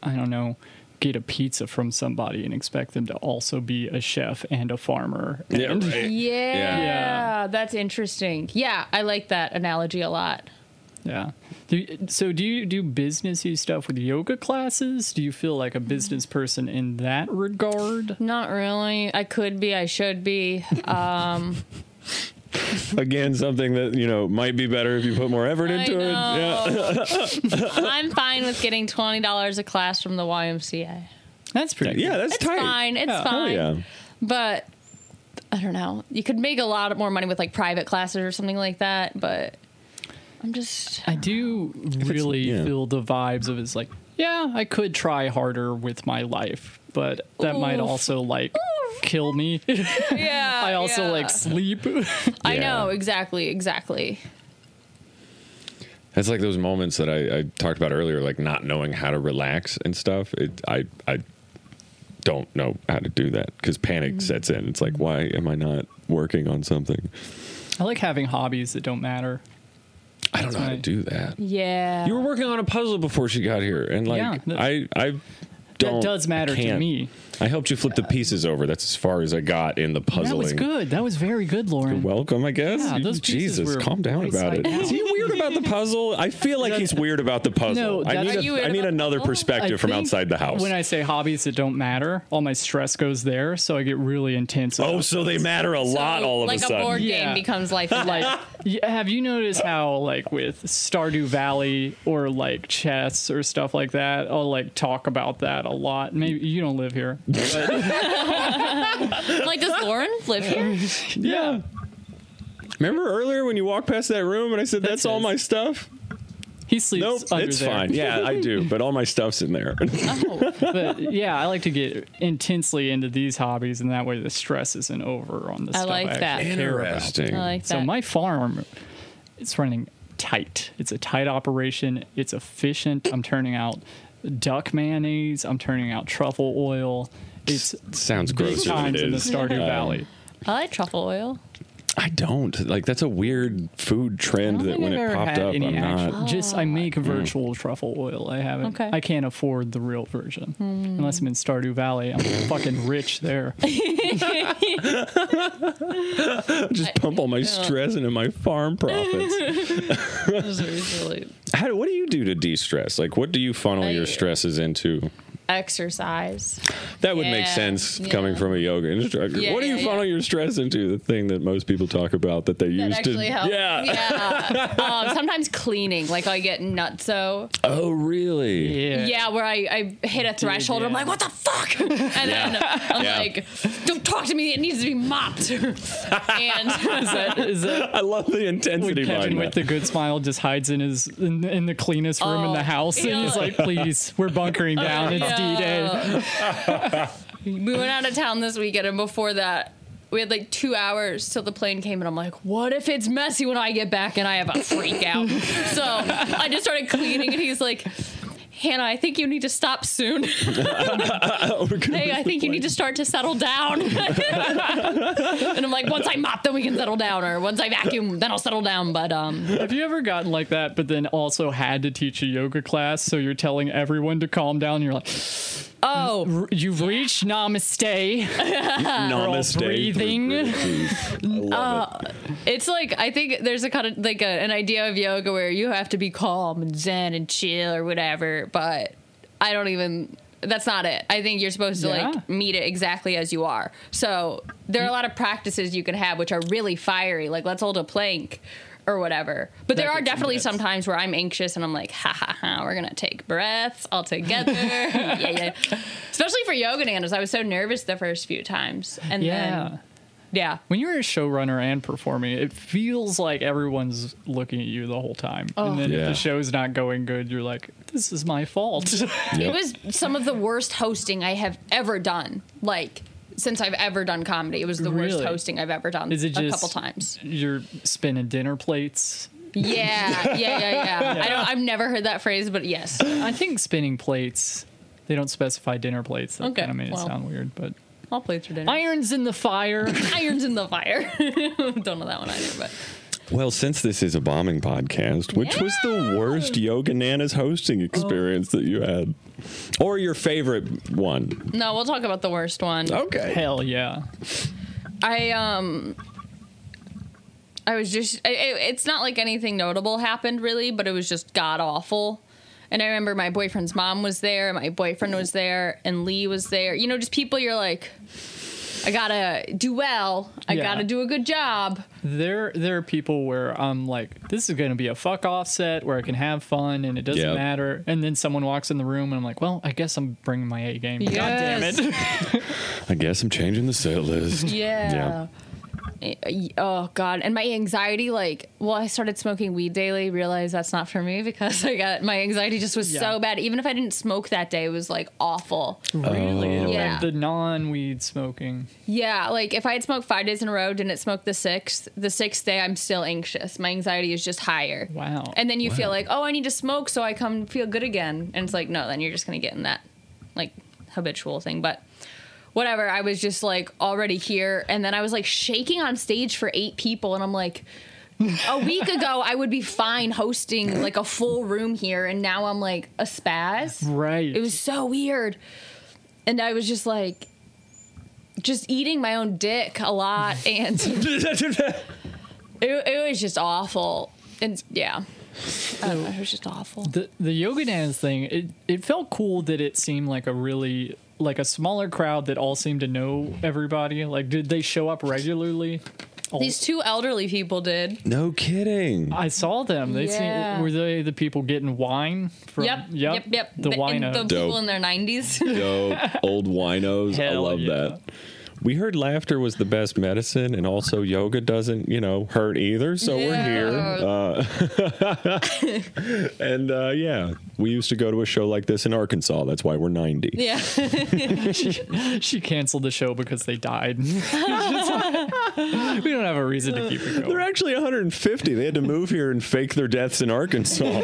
A: I don't know, get a pizza from somebody and expect them to also be a chef and a farmer.
D: Yeah,
A: And-
D: right.
B: yeah,
A: Yeah.
B: that's interesting. Yeah, I like that analogy a lot.
A: Yeah. Do you- so do you do businessy stuff with yoga classes? Do you feel like a business person in that regard?
B: Not really. I could be. I
A: [laughs]
B: should be. Um,
D: Again, something that you know might be better if you put more effort
B: I
D: into it. Yeah. [laughs]
B: I'm fine with getting twenty dollars a class from the YMCA.
A: That's pretty.
D: Yeah, that's
B: It's
D: tight.
B: fine. It's
A: Yeah. Hell
B: fine.
D: yeah.
B: But I don't know. You could make a lot more money with like private classes or something like that. But I'm just.
A: I do really
D: yeah.
A: feel the vibes of it's like, yeah, I could try harder with my life, but that might
B: Oof.
A: also like kill me. [laughs]
B: Yeah.
A: I also
B: yeah.
A: like
B: [laughs]
A: sleep. [laughs]
B: I
D: Yeah.
B: know exactly. Exactly.
D: That's like those moments that I, I talked about earlier, like not knowing how to relax and stuff. It, I I don't know how to do that because panic
A: Mm-hmm.
D: sets in. It's like, why am I not working on something?
A: I like having hobbies that don't matter.
D: I don't know how to
A: right.
D: do that.
B: Yeah.
D: You were working on a puzzle before she got here, and like
A: Yeah,
D: I I don't
A: that does
D: I
A: matter to
D: can't.
A: me.
D: I helped you flip the pieces over. That's as far as I got in the puzzling.
A: That was good. That was very good, Lauren.
D: You're welcome, I guess.
A: Yeah,
D: You-
A: those pieces
D: Jesus,
A: were
D: calm down
A: right
D: about
A: side
D: it.
A: down.
D: Is he weird about the puzzle? I feel like he's weird about the
A: No,
D: puzzle. I
A: that's-
D: need,
A: Are
D: a-
B: you weird
D: I need
B: about the
D: another
B: puzzle?
D: perspective
A: I
D: from
A: think
D: outside the house.
A: When I say hobbies that don't matter, all my stress goes there, so I get really intense.
D: oh,
A: about
D: so they matter a lot all of
B: like
D: a sudden.
B: board
A: Yeah.
B: game
A: [laughs]
B: becomes life. and death.
A: like y- have you noticed how like with stardew valley or like chess or stuff like that i'll like talk about that a lot maybe you don't live
D: [laughs]
A: here but
B: like does Lauren live here?
A: yeah
D: Remember earlier when you walked past that room and I said, that's,
A: That's
D: all
A: his.
D: my stuff?
A: he sleeps
D: Nope,
A: under
D: it's
A: there.
D: fine. Yeah, I do, but all my stuff's in there. [laughs]
B: Oh.
A: but yeah i like to get intensely into these hobbies and that way the stress isn't over on the stuff
B: like
A: actually
B: that.
A: care about.
B: I like that.
A: so my farm it's running tight it's a tight operation it's efficient i'm turning out duck mayonnaise i'm turning out truffle oil it's
D: Sounds
A: big
D: grosser than
A: times
D: it
A: in the
D: is.
A: Stardew
D: Um,
A: Valley.
B: I like truffle oil.
D: I don't. Like, that's a weird food trend that when it popped up, I'm not. [laughs] Mm.
A: Just I make virtual truffle oil. I haven't.
B: Oh, Okay. Hmm.
A: I can't afford the real version unless I'm in Stardew Valley.
D: [laughs]
A: I'm fucking rich there.
D: Just pump all my stress into my farm profits.
B: Those are usually-
D: How, what do you do to de-stress? Like, what do you funnel
B: I-
D: your stresses into?
B: Exercise.
D: That would make
B: Yeah,
D: sense
B: yeah.
D: coming from a yoga instructor.
B: Yeah,
D: what do you
B: yeah,
D: funnel your stress into? The thing that most people talk about that they
B: That
D: use to.
B: actually helps.
D: Yeah.
B: Yeah. um, sometimes cleaning, like I get nutso.
D: [laughs] Oh, really?
A: Yeah.
B: [laughs] Yeah, where I, I hit a threshold. I'm
A: yeah.
B: like, what the fuck? [laughs] And then I'm
D: Yeah.
B: like, don't talk to me. It needs to be mopped. [laughs]
D: [laughs]
B: and
A: Is that, is that
D: I love the
A: when
D: intensity
A: Kevin
D: behind
A: with
D: that.
A: the
D: [laughs]
A: good smile just hides in his in, in the cleanest room in
B: Oh,
A: the house and he's
B: yeah. Oh,
A: like, "Please, we're
B: [laughs]
A: bunkering down. It's D-Day."
B: we went out of town this weekend, and before that, we had like two hours till the plane came, and I'm like, what if it's messy when I get back and I have a freak out? [laughs] so I just started cleaning, and he's like, Hannah, I think you need to stop soon. [laughs]
D: Oh,
B: hey, I think you need to start to settle down. and I'm like, once I mop, then we can settle down, or once I vacuum, then I'll settle down. But um,
A: Have you ever gotten like that, but then also had to teach a yoga class? So you're telling everyone to calm down. And you're like,
B: Oh,
A: R- You've reached namaste.
D: Namaste. for
A: breathing.
D: gritted teeth. I love
B: Uh,
D: it.
B: it's like I think there's a kind of like a, an idea of yoga where you have to be calm and zen and chill or whatever, but I don't even that's not it. I think you're supposed to
A: Yeah.
B: like meet it exactly as you are. So there are a lot of practices you can have which are really fiery, like let's hold a plank or whatever. But there
A: That
B: are
A: gets
B: definitely some
A: intense.
B: times where I'm anxious and I'm like, ha ha ha, we're gonna take breaths
A: [laughs]
B: all together. yeah, yeah. Especially for yoga nanas, I was so nervous the first few times. And
A: Yeah.
B: then yeah.
A: When you're a showrunner and performing, it feels like everyone's looking at you the whole time.
B: Oh.
A: And then if
D: Yeah.
A: the show's not going good, you're like, this is my fault.
B: [laughs]
D: Yep.
B: It was some of the worst hosting I have ever done. Like since I've ever done comedy, it was the
A: Really?
B: worst hosting I've ever done.
A: Is it
B: a
A: just-
B: couple times?
A: you're spinning dinner plates.
B: Yeah, yeah, yeah, yeah.
A: [laughs]
B: I don't. I've never heard that phrase, but yes.
A: I think spinning plates, they don't specify dinner plates. That
B: Okay,
A: kind of made
B: well.
A: it sound weird, but.
B: I'll play through dinner.
A: Irons in the
B: [laughs]
A: fire.
B: Irons in the fire. [laughs] don't know that one either, but
D: Well, since this is a bombing podcast, which was the worst Yoga Nana's hosting
B: Oh.
D: experience that you had? Or your favorite one?
B: no, we'll talk about the worst one.
D: Okay.
A: Hell yeah.
B: I um I was just I, it, it's not like anything notable happened really, but it was just god awful. And I remember my boyfriend's mom was there, my boyfriend was there, and Lee was there. You know, just people you're like I got to do well. I
A: Yeah.
B: got to do a good job.
A: There there are people where I'm like, this is gonna be a fuck off set where I can have fun and it doesn't
D: Yep.
A: matter. And then someone walks in the room and I'm like, well, I guess I'm bringing my A game. God damn
B: Yes.
A: it.
D: I guess I'm changing the set list.
B: Yeah. Eh, Oh god, and my anxiety like well, I started smoking weed daily. Realized that's not for me because I got my anxiety just was
A: Yeah.
B: so bad. Even if I didn't smoke that day, it was like awful.
A: really?
D: Oh.
B: Yeah.
A: The non weed smoking.
B: Yeah, like if I had smoked five days in a row, didn't smoke the sixth, the sixth day I'm still anxious. My anxiety is just higher.
A: Wow.
B: And then you feel like, oh, I need to smoke so I come feel good again. And it's like, no, then you're just gonna get in that like habitual thing. But whatever, I was just like already here. And then I was like shaking on stage for eight people, and I'm like, a week ago I would be fine hosting like a full room here, and now I'm like a spaz.
A: Right. [laughs]
B: It was so weird. And I was just like, just eating my own dick a lot. [laughs] And it, it was just awful. And yeah, I don't know, it was just awful.
A: the the yoga dance thing it, it felt cool that it seemed like a really like a smaller crowd that all seemed to know everybody like did they show up regularly All-
B: These two elderly people did.
D: No kidding.
A: i saw them they
B: Yeah.
A: seemed, were they the people getting wine from
B: Yep, yep, yep.
A: the
B: And
A: wine
B: the people
D: Dope.
B: in their 90s.
D: Dope. Old winos.
A: Hell
D: I love
A: yeah.
D: that. We heard laughter was the best medicine, and also yoga doesn't, you know, hurt either. So
B: Yeah. [laughs]
D: we're here. Uh, [laughs] and uh, yeah, we used to go to a show like this in Arkansas. That's why we're 90.
B: [laughs] yeah.
A: uh, she canceled the show because they died [laughs] It's just like, we don't have a reason to keep [laughs] it
D: They're
A: going
D: actually 150. They had to move here and fake their deaths
B: [laughs]
D: in Arkansas.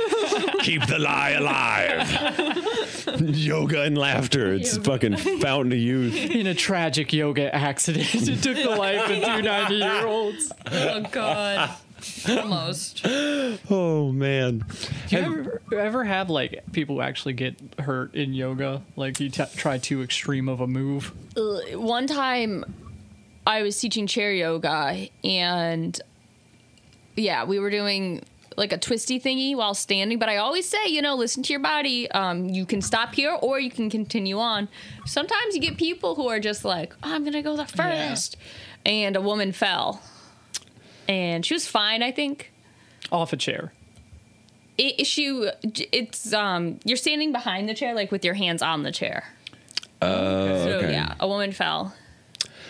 D: Keep the lie alive. Yoga and laughter. It's fucking fountain of youth.
A: in a tragic yoga accident [laughs] it took the life of
B: [laughs]
A: two 90 year olds
B: [laughs] Oh, God. Almost.
D: Oh man.
A: Do you ever, ever have like people who actually get hurt in yoga? Like you t- try too extreme of a move?
B: one time I was teaching chair yoga and yeah, we were doing like a twisty thingy while standing, but I always say, you know, listen to your body. Um, you can stop here or you can continue on. Sometimes you get people who are just like, "Oh, I'm gonna go the
A: Yeah.
B: furthest. And a woman fell. And she was fine, I think
A: Off a chair.
B: it, it- she it's um you're standing behind the chair like with your hands on the chair oh so
D: okay.
B: yeah a woman fell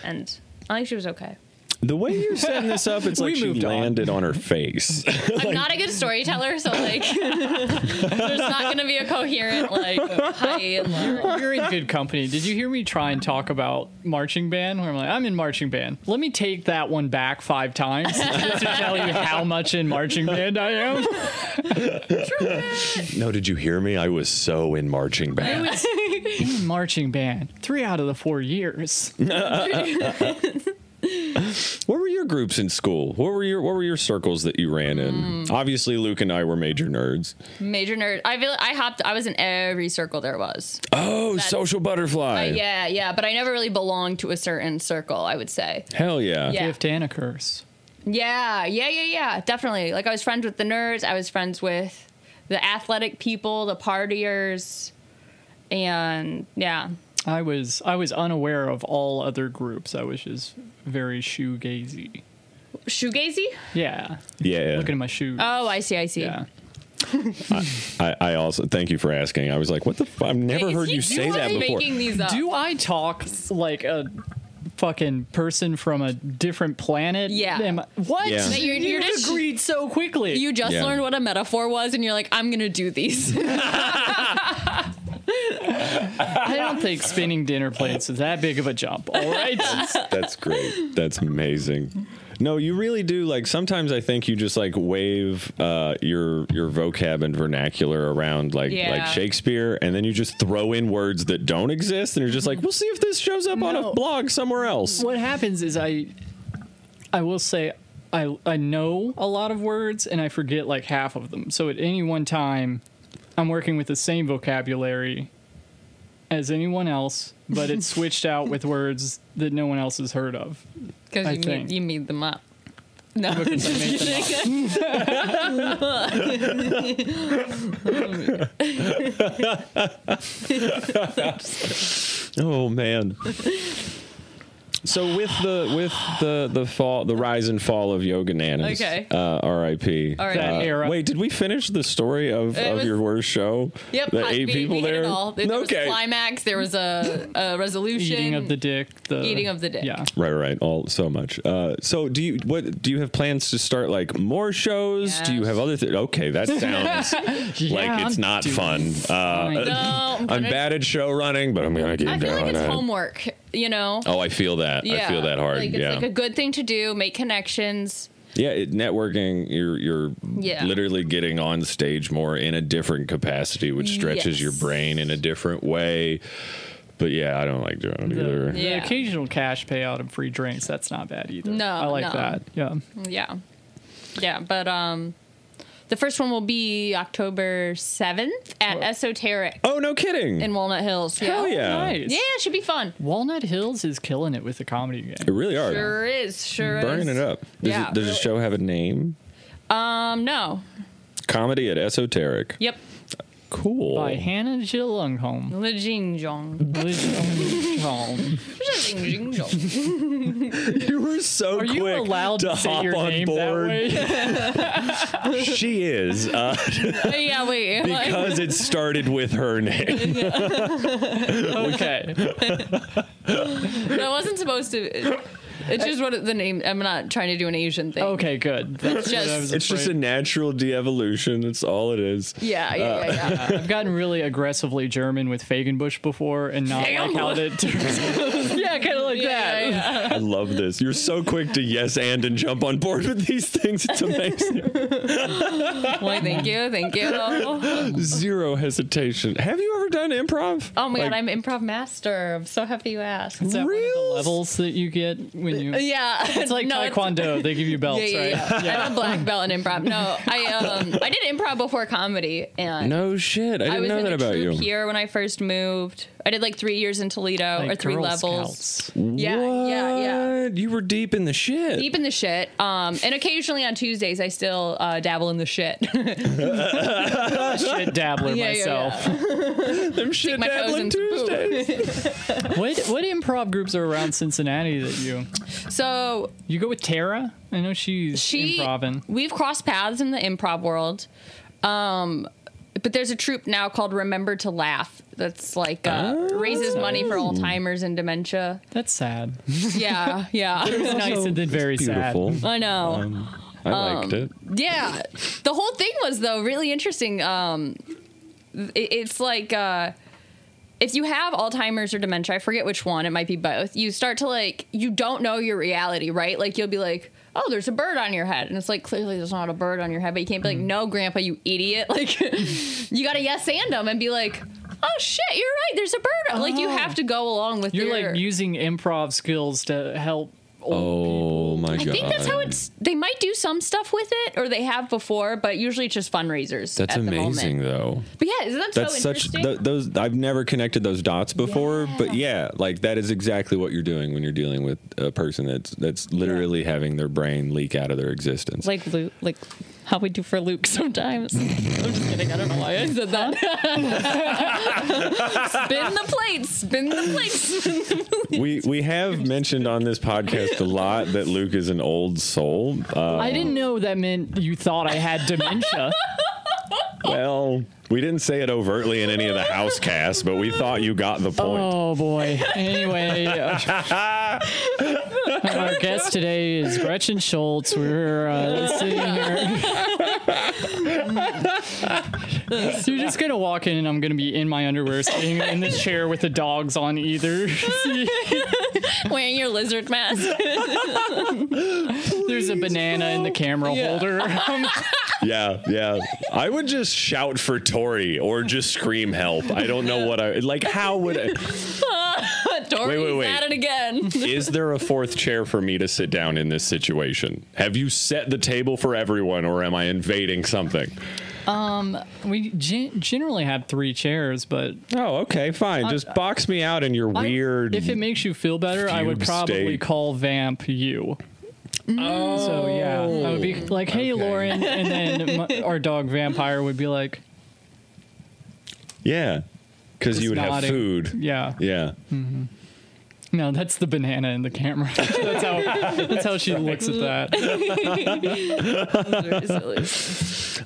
B: and i think she was okay
D: The way you're setting this up, [laughs] it's
A: We
D: like she
A: moved on.
D: landed on. her face.
B: i'm not a good storyteller so like [laughs] there's not gonna be a coherent like high and low
A: You're in good company. Did you hear me try and talk about marching band? Where I'm like, I'm in marching band. Let me take that one back five times just to tell you how much in marching band I am.
D: [laughs]
A: [laughs]
D: no, did you hear me? I was so in marching band.
A: In marching band, three out of the four years.
D: What were your groups in school? What were your What were your circles that you ran in?
B: Mm.
D: Obviously, Luke and I were major nerds.
B: Major nerd. I feel I hopped. I was in every circle there was.
D: Oh, social butterfly.
B: Yeah, yeah. But I never really belonged to a certain circle. I would say.
D: Hell yeah.
B: Yeah.
A: Gift and a curse.
B: Yeah, yeah, yeah, yeah. Definitely. Like I was friends with the nerds. I was friends with the athletic people, the partiers, and yeah.
A: I was I was unaware of all other groups. I was just very shoegazy.
B: Shoegazy?
A: Yeah.
D: Yeah.
A: Looking at my shoes.
B: Oh, I see, I see.
A: yeah.
D: I, I also thank you for asking. I was like, what the? F- I've never
B: Is
D: heard
B: he-
D: you
B: do
D: say
B: want
D: that
B: me
D: before.
B: Making these up.
A: Do I talk like a fucking person from a different planet?
B: Yeah.
A: Am I- what?
D: Yeah. No,
B: you're-
A: you
B: you're just-
A: agreed so quickly.
B: you just
D: Yeah.
B: learned what a metaphor was, and you're like, I'm gonna do these. [laughs]
A: I
B: [laughs]
A: don't think spinning dinner plates is that big of a jump. All right.
D: That's great. That's amazing. No, you really do. Like sometimes I think you just like wave uh, your your vocab and vernacular around like like
B: Yeah.
D: Shakespeare, and then you just throw in words that don't exist, and you're just like, we'll see if this shows up on a
A: No.
D: blog somewhere else.
A: what happens is I I will say I I know a lot of words and I forget like half of them. So at any one time I'm working with the same vocabulary as anyone else, but
B: [laughs]
A: it's switched out with words that no one else has heard of. I
B: Because you
A: think.
B: made, you made them up. No, I'm just
A: made them up.
B: kidding.
D: Oh man. So with the with the the fall the rise and fall of Yoga Nanas,
B: Okay.
D: uh, R.I.P.
B: All right.
A: That
D: Uh,
A: era.
D: Wait, did we finish the story of,
B: It
D: of
B: was-
D: your worst show?
B: Yep,
D: the
B: hot-
D: eight
B: we-
D: people
B: we hit
D: there.
B: It all. There, there was
D: okay,
B: a climax. There was a,
D: [laughs]
B: a resolution.
A: Eating of the dick. The
B: Eating of the dick.
A: Yeah.
D: right, right, all so much. Uh, so do you what do you have plans to start like more shows? Do you
B: Yes.
D: have other things? Okay, that sounds
B: [laughs]
D: like
A: Yeah,
D: it's
A: I'm
D: not
A: doing
D: fun. Uh,
A: fine.
B: No, I'm,
D: [laughs] I'm
B: gonna-
D: bad at show running, but I'm gonna keep
B: I feel
D: doing
B: like it's
D: it.
B: homework. You know.
D: Oh, I feel that. I feel that hard.
B: Like, it's
D: yeah.
B: like a good thing to do. Make connections.
D: Yeah, it, networking. You're you're
B: Yeah.
D: literally getting on stage more in a different capacity, which stretches your
B: Yes.
D: brain in a different way. But yeah, I don't like doing it either.
A: The
B: Yeah.
A: occasional cash payout and free drinks, that's not bad either.
B: No,
A: I like
B: no.
A: that. Yeah.
B: Yeah, yeah. But um, the first one will be October seventh at Esoteric
D: Oh no, kidding!
B: in Walnut Hills. Yeah.
D: Hell yeah!
A: Nice.
B: Yeah, it should be fun.
A: Walnut Hills is killing it with the comedy game.
D: They really are
B: Sure is. Sure
D: burning
B: is.
D: it up. Does,
B: Yeah,
D: it, does the
B: really.
D: show have a name?
B: Um, no.
D: Comedy at Esoteric.
B: Yep.
D: Cool.
A: By Hannah Jilungholm.
B: Le Jing Jong. [laughs]
A: Jilungholm.
B: Le Jing Jong. [laughs]
D: you were so
A: Are
D: quick
A: you allowed
D: to,
A: to, say
D: hop
A: your
D: on
A: name
D: board.
A: that way? [laughs]
D: [laughs] she is uh,
B: Oh, yeah, wait. [laughs] like-
D: because it started with her name.
A: okay.
B: I wasn't supposed to. it- It's just what the name. I'm not trying to do an Asian thing.
A: Okay, good. That's
B: Just-
A: what I Oh, was
D: It's just a
A: afraid.
D: natural de-evolution. That's all it is.
B: Yeah, yeah, yeah, yeah.
A: I've gotten really aggressively German with Fagenbusch before and not like how that turns [laughs] Yeah, kind of like that.
B: yeah, yeah.
D: I love this. You're so quick to yes and and jump on board with these things. It's amazing.
B: Why, thank you, thank you. Oh
D: Zero hesitation. Have you ever done improv?
B: my
D: Like,
B: god, I'm improv master. I'm so happy you asked.
A: Is that one of the
D: Reels?
A: levels that you get when you.
B: Uh, Yeah,
A: It's
B: [laughs]
A: like Taekwondo. they give you belts,
B: yeah, yeah,
A: right?
B: yeah. I'm a black belt in improv. No, I um, I did improv before comedy, and
D: No shit. I
B: I
D: didn't
B: was
D: know
B: in
D: that
B: a
D: about you.
B: troupe here when I first moved. I did like three years in Toledo
A: Like
B: or three
A: Girl
B: levels.
A: Scouts.
B: Yeah, yeah, yeah.
D: What? You were deep in the shit.
B: Deep in the shit. Um, and occasionally on Tuesdays, I still uh, dabble in the shit. [laughs]
A: Shit dabbler
B: Yeah, yeah,
A: myself. [laughs]
D: Them shit
B: my toes
D: dabbling
B: into poop.
D: Tuesdays.
A: What what improv groups are around Cincinnati that you
B: so
A: you go with Tara? I know she's
B: she
A: improving.
B: we've crossed paths in the improv world um but there's a troupe now called remember to laugh that's like uh, raises money for alzheimer's and dementia
A: That's sad.
B: yeah yeah
A: It's nice and then very
D: Beautiful.
B: [laughs] i know
D: I
B: Um,
D: liked it.
B: yeah the whole thing was though really interesting um it- it's like uh if you have Alzheimer's or dementia, I forget which one, it might be both, you start to like, you don't know your reality, right? Like, you'll be like, oh, there's a bird on your head. And it's like, clearly there's not a bird on your head, but you can't be like,
A: Mm-hmm.
B: no, grandpa, you idiot. [laughs] Like, you got to yes and them and be like, oh shit, you're right, there's a bird. Like, you
A: Oh.
B: have to go along with
A: sad. You're
B: your-
A: like using improv skills to help
D: Oh my
B: I
D: god!
B: think that's how it's. They might do some stuff with it, or they have before, but usually it's just fundraisers.
D: That's
B: at the
D: amazing,
B: moment.
D: though.
B: But yeah, isn't that
D: That's
B: so
D: such
B: interesting?
D: th- those. I've never connected those dots before, but yeah, like that is exactly what you're doing when you're dealing with a person that's that's literally having their brain leak out of their existence.
B: like Luke, like how we do for Luke sometimes. [laughs] I'm just kidding. I don't know why I said that. [laughs] spin the plates. Spin the plates.
D: we we have mentioned on this podcast a lot that Luke is an old soul. Uh,
A: I didn't know that meant you thought I had
B: [laughs]
A: dementia.
D: well, we didn't say it overtly in any of the house casts, but we thought you got the point.
A: oh boy. Anyway, uh, our guest today is Gretchen Schultz. We're uh, sitting here. so you're just gonna walk in, and I'm gonna be in my underwear, sitting in this chair with the dogs on either. [laughs] See,
B: [laughs] Wearing your lizard [laughs] mask.
A: There's a banana in the camera holder. [laughs] Um,
D: Yeah, yeah. I would just shout for Tori or just scream help. I don't know what I like. How would? I,
B: Dory's
D: wait, wait.
B: at it [laughs] again.
D: is there a fourth chair for me to sit down in this situation? Have you set the table for everyone, or am I invading something?
A: Um, we gen- generally have three chairs, but
D: Oh, okay, fine. Just box me out in your
A: I-
D: weird.
A: If it makes you feel better, I would
D: fugue
A: probably
D: state.
A: call Vamp you. Oh, so yeah, I would be like, "Hey,
D: Oh. okay.
A: Lauren," and
D: [laughs]
A: then my, our dog Vampire would be like,
D: yeah, because you would have
A: nodding.
D: food.
A: "Yeah,
D: Yeah.
A: no, that's the banana in the camera." [laughs] that's how that's how she looks at that.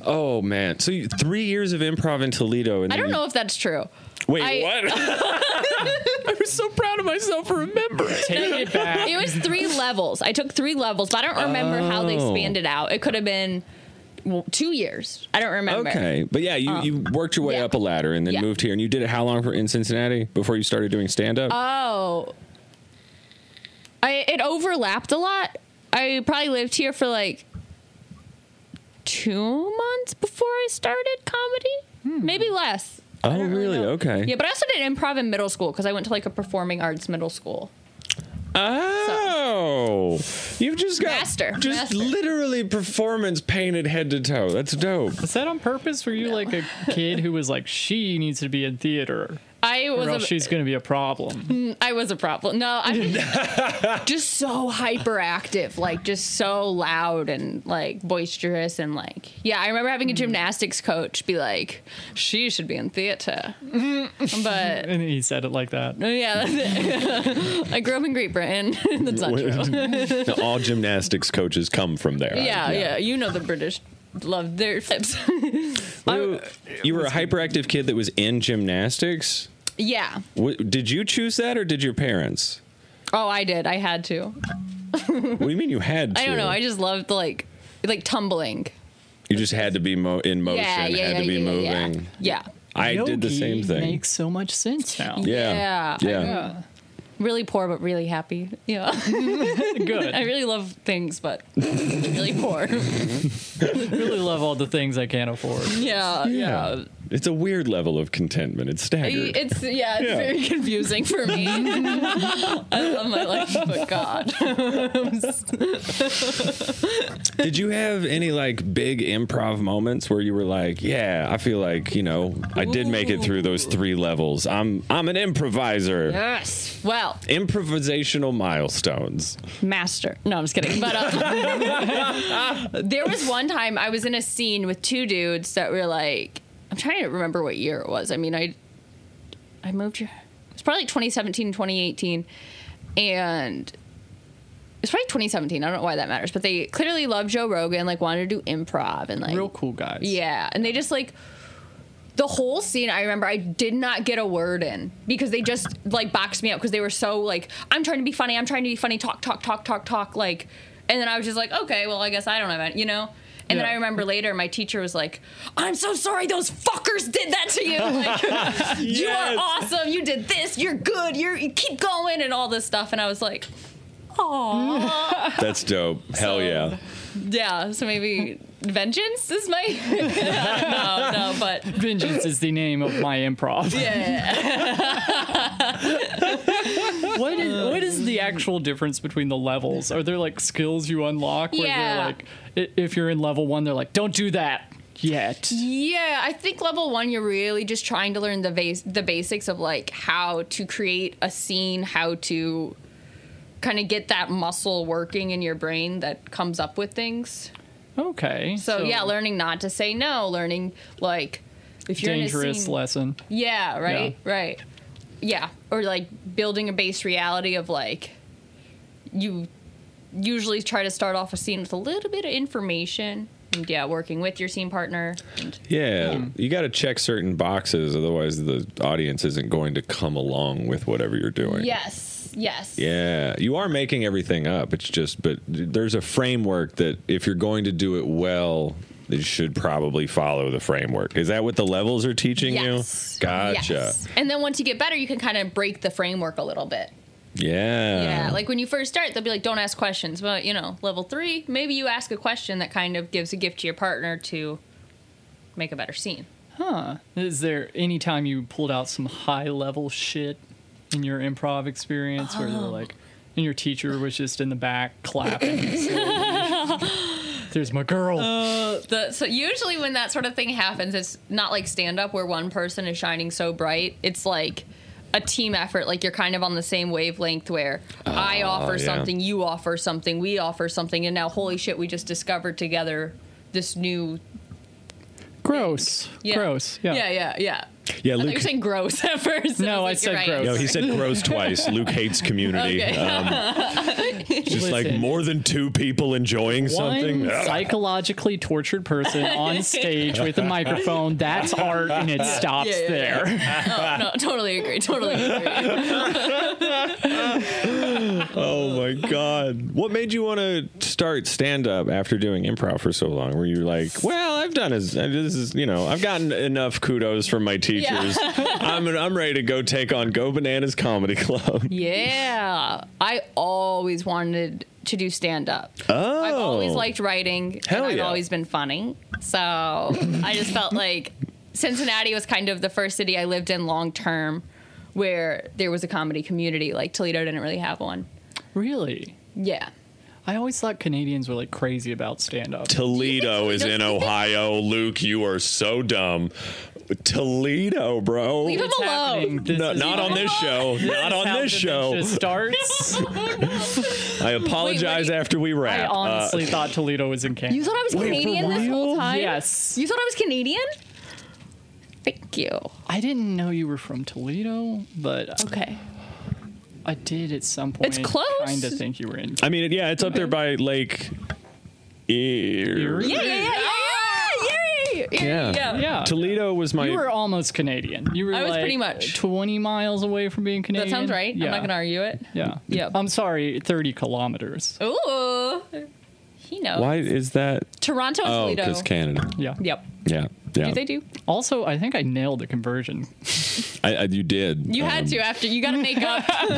D: Oh man. So you, three years of improv in Toledo, and
B: I
D: then
B: don't
D: you-
B: know if that's true.
D: Wait,
B: I-
D: what?
A: I was so proud of myself for remembering. Take it back.
B: It was three levels. I took three levels, but I don't remember how they spanned it out. It could have been well, two years. I don't remember.
D: okay, but yeah, you, you worked your way
B: Um, yeah.
D: up a ladder and then
B: Yeah.
D: moved here, and you did it how long for, in Cincinnati before you started doing stand up?
B: Oh. I it overlapped a lot. I probably lived here for like two months before I started
A: Hmm.
B: comedy. Maybe less. I
D: oh,
B: don't
D: really?
B: know.
D: Okay.
B: Yeah, but I also did improv in middle school because I went to like a performing arts middle school.
D: Oh, you've just got
B: Master,
D: just
B: master.
D: literally performance painted head to toe. That's dope.
A: Was that on purpose? Were you like a kid who was like, "She needs to be in theater,
B: I
A: or
B: was
A: else
B: a,
A: she's going to be a problem"?
B: I was a problem. No,
A: [laughs]
B: I was just so hyperactive, like just so loud and like boisterous and like yeah. I remember
A: Hmm.
B: having a gymnastics coach be like, "She should be
A: [laughs]
B: in theater," but
A: And he said it like that.
B: Oh, yeah, [laughs] that's it. I grew up in Great Britain. [laughs] that's not true.
D: [laughs] No, all gymnastics coaches come from there.
B: Yeah, yeah, You know the British love their flips. [laughs]
D: You, you were a hyperactive kid that was in gymnastics.
B: yeah.
D: W- did you choose that, or did your parents?
B: Oh, I did. I had to.
D: What do you mean you had?
B: [laughs]
D: To?
B: I don't know. I just loved like like tumbling.
D: you just had to be mo- in motion.
B: yeah, yeah,
D: had
B: yeah,
D: to be
B: yeah, yeah,
D: moving.
B: Yeah.
D: I did the
A: Yogi
D: same thing.
A: Makes so much sense now.
D: yeah,
B: Yeah, I Really poor, but really happy. Yeah. [laughs]
A: Good.
B: I really love things, but really [laughs] poor.
A: really love all the things I can't afford.
B: yeah, yeah.
D: It's a weird level of contentment. It's staggering.
B: It's yeah, it's
D: Yeah.
B: very confusing for me. [laughs] I love my life, but God.
D: Did you have any like big improv moments where you were like, "Yeah, I feel like you know, I did make it through those three levels. I'm I'm an improviser."
B: Yes. Well,
D: Improvisational milestones.
B: master. No, I'm just kidding. But uh, [laughs] there was one time I was in a scene with two dudes that were like, I'm trying to remember what year it was. I mean, I I moved here. It's probably like 2017, 2018, and it's probably 2017. I don't know why that matters, but they clearly loved Joe Rogan, like wanted to do improv and like
A: Real cool guys.
B: yeah, and they just like the whole scene. I remember I did not get a word in because they just like boxed me up because they were so like I'm trying to be funny. I'm trying to be funny. Talk, talk, talk, talk, talk. Like, and then I was just like, okay, well, I guess I don't have it, you know. And then
A: Yeah.
B: I remember later, my teacher was like, "I'm so sorry, those fuckers did that to you. Like, You are awesome. You did this. You're good. You're you keep going and all this stuff." And I was like, "Aw, [laughs]
D: That's dope.
B: So-
D: Hell yeah.
B: yeah." So maybe vengeance is my [laughs] no, no, but
A: Vengeance is the name of my improv.
B: Yeah.
A: [laughs] What is what is the actual difference between the levels? Are there like skills you unlock where
B: Yeah.
A: they're like i- if you're in level 1 they're like don't do that yet.
B: Yeah, I think level one, you're really just trying to learn the base, the basics of like how to create a scene, how to kind of get that muscle working in your brain that comes up with things.
A: Okay.
B: So, yeah, learning not to say no, learning like if you're in a
A: dangerous
B: scene,
A: lesson.
B: yeah, right, right, yeah, or like building a base reality of like you usually try to start off a scene with a little bit of information. And yeah, working with your scene partner. And
D: Yeah, you got to check certain boxes, otherwise the audience isn't going to come along with whatever you're doing.
B: yes, yes.
D: Yeah, you are making everything up. It's just, but there's a framework that if you're going to do it well, you should probably follow the framework. Is that what the levels are teaching
B: Yes.
D: you? Gotcha.
B: Yes. And then once you get better, you can kind of break the framework a little bit.
D: Yeah.
B: yeah. Like when you first start, they'll be like, don't ask questions. But, you know, level three, maybe you ask a question that kind of gives a gift to your partner to make a better scene.
A: Is there any time you pulled out some high level shit in your improv experience where
B: Oh.
A: they're like, and your teacher was just in the back
B: [laughs]
A: clapping? slowly? There's my girl.
B: Oh. The, so usually when that sort of thing happens, it's not like stand up where one person is shining so bright. It's like a team effort. Like you're kind of on the same wavelength where I offer
D: Oh, yeah.
B: something, you offer something, we offer something, and now holy shit, we just discovered together this new
A: gross.
B: Yeah.
A: Gross. Yeah.
B: yeah, yeah, yeah.
D: Yeah,
B: I thought you
D: Luke.
B: were saying gross [laughs] at first.
A: No,
B: was
A: I
B: like,
A: said
B: "You're
D: No,
A: gross.
B: [laughs]
D: he said gross twice. Luke hates community.
B: Okay.
D: [laughs] Um, just like
A: Listen.
D: more than two people enjoying something.
A: One
D: Ugh.
A: psychologically tortured
B: [laughs]
A: person on stage with a microphone. That's art and it stops
B: yeah, yeah.
A: there.
B: No, no, totally agree.
A: [laughs]
B: Totally agree.
D: Oh my god. What made you want to start stand up after doing improv for so long? Were you like, well, I've done as uh, this is, you know, I've gotten enough kudos from my teachers. I'm I'm ready to go take on Go Bananas Comedy Club.
B: yeah, I always wanted to do stand up. [laughs]
D: Oh.
B: I've always liked writing,
D: Hell
B: and I've
D: yeah.
B: always been funny. So I
D: [laughs]
B: just felt like Cincinnati was kind of the first city I lived in long term, where there was a comedy community. Like Toledo didn't really have one.
A: Really?
B: Yeah.
A: I always thought Canadians were like crazy about stand up.
D: Toledo is in Ohio. Luke, you are so dumb. Toledo, bro.
B: Leave him alone.
D: No, not on this show. Not on this
B: [laughs]
D: show.
A: starts.
D: I apologize
B: wait.
D: after we
A: I
D: wrap. Uh,
A: honestly thought Toledo was in Canada.
B: You thought I was
D: Wait, for
B: Canadian this whole
D: real?
B: time?
A: Yes.
B: You thought I was Canadian? Thank you.
A: I didn't know you were from Toledo, but
B: Okay.
A: I did at some point.
B: It's close.
A: Kind of think you were in.
D: I mean, yeah, it's up there by Lake Erie.
A: Erie?
B: Yeah, yeah, yeah, yeah, yeah, yeah,
D: Yeah.
B: yeah.
A: Yeah.
D: Toledo was my.
A: You were almost Canadian. You were
B: I was
A: like
B: pretty much.
A: 20 miles away from being Canadian.
B: That sounds right.
A: Yeah.
B: I'm not gonna argue it.
A: Yeah.
B: Yep.
A: I'm sorry, 30 kilometers.
B: Ooh, he knows.
D: why is that?
B: Toronto and
D: Oh,
B: Toledo.
D: because Canada.
A: Yeah.
B: Yep.
D: Yeah, yeah.
B: Do they do?
A: Also, I think I nailed the conversion.
D: I, I, you did.
B: You had
D: Um,
B: to after you got to make
D: [laughs]
B: up [laughs] for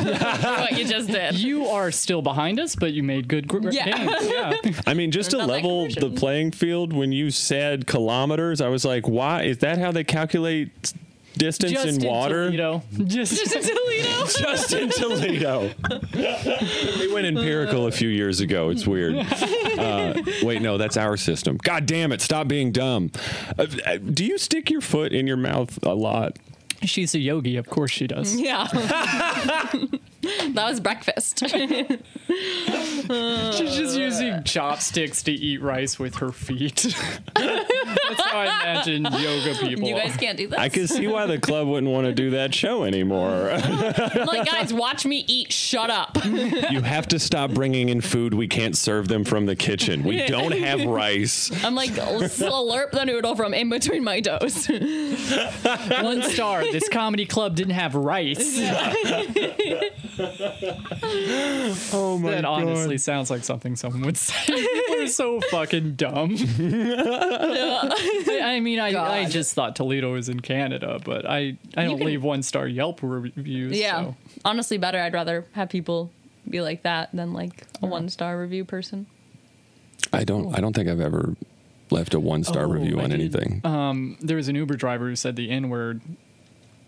B: what you just did. [laughs]
A: You are still behind us, but you made good gr- [laughs]
B: Yeah.
A: gains. Yeah.
D: I mean, just to
B: Not that
D: level the
B: commercial.
D: playing field, when you said kilometers, I was like, why is that how they calculate distance
A: Just
D: in water?
B: [laughs]
A: Toledo. Just
B: Just
A: [laughs]
B: in Toledo.
D: [laughs] Just in Toledo. they went empirical a few years ago. It's
B: [laughs]
D: weird. Uh, wait, no, that's our system. God damn it! Stop being dumb. Uh, uh, do you stick your foot in your mouth a lot?
A: she's a yogi, of course she does.
B: Yeah. [laughs] that was breakfast. [laughs]
A: She's just using chopsticks to eat rice with her feet. [laughs] That's how I imagine yoga people.
B: You guys can't do this.
D: I can see why the club wouldn't want to do that show anymore.
B: I'm like,
D: [laughs]
B: guys, watch me eat. Shut up.
D: You have to stop bringing in food we can't serve them from the kitchen. We don't have rice.
B: I'm like, slurp the noodle from in between my toes. [laughs]
A: One star. This comedy club didn't have rice.
D: Oh my
A: That honestly sounds like something someone would say. [laughs] People are so fucking dumb. I, I mean, I, I
B: God.
A: just thought Toledo was in Canada, but I, I don't
B: can-
A: leave one star Yelp reviews.
B: Yeah.
A: so.
B: Honestly, better. I'd rather have people be like that than like a one star review person.
D: I don't I don't think I've ever left a one star
A: Oh,
D: review
A: I
D: on
A: did.
D: anything.
A: Um, there was an Uber driver who said the N word.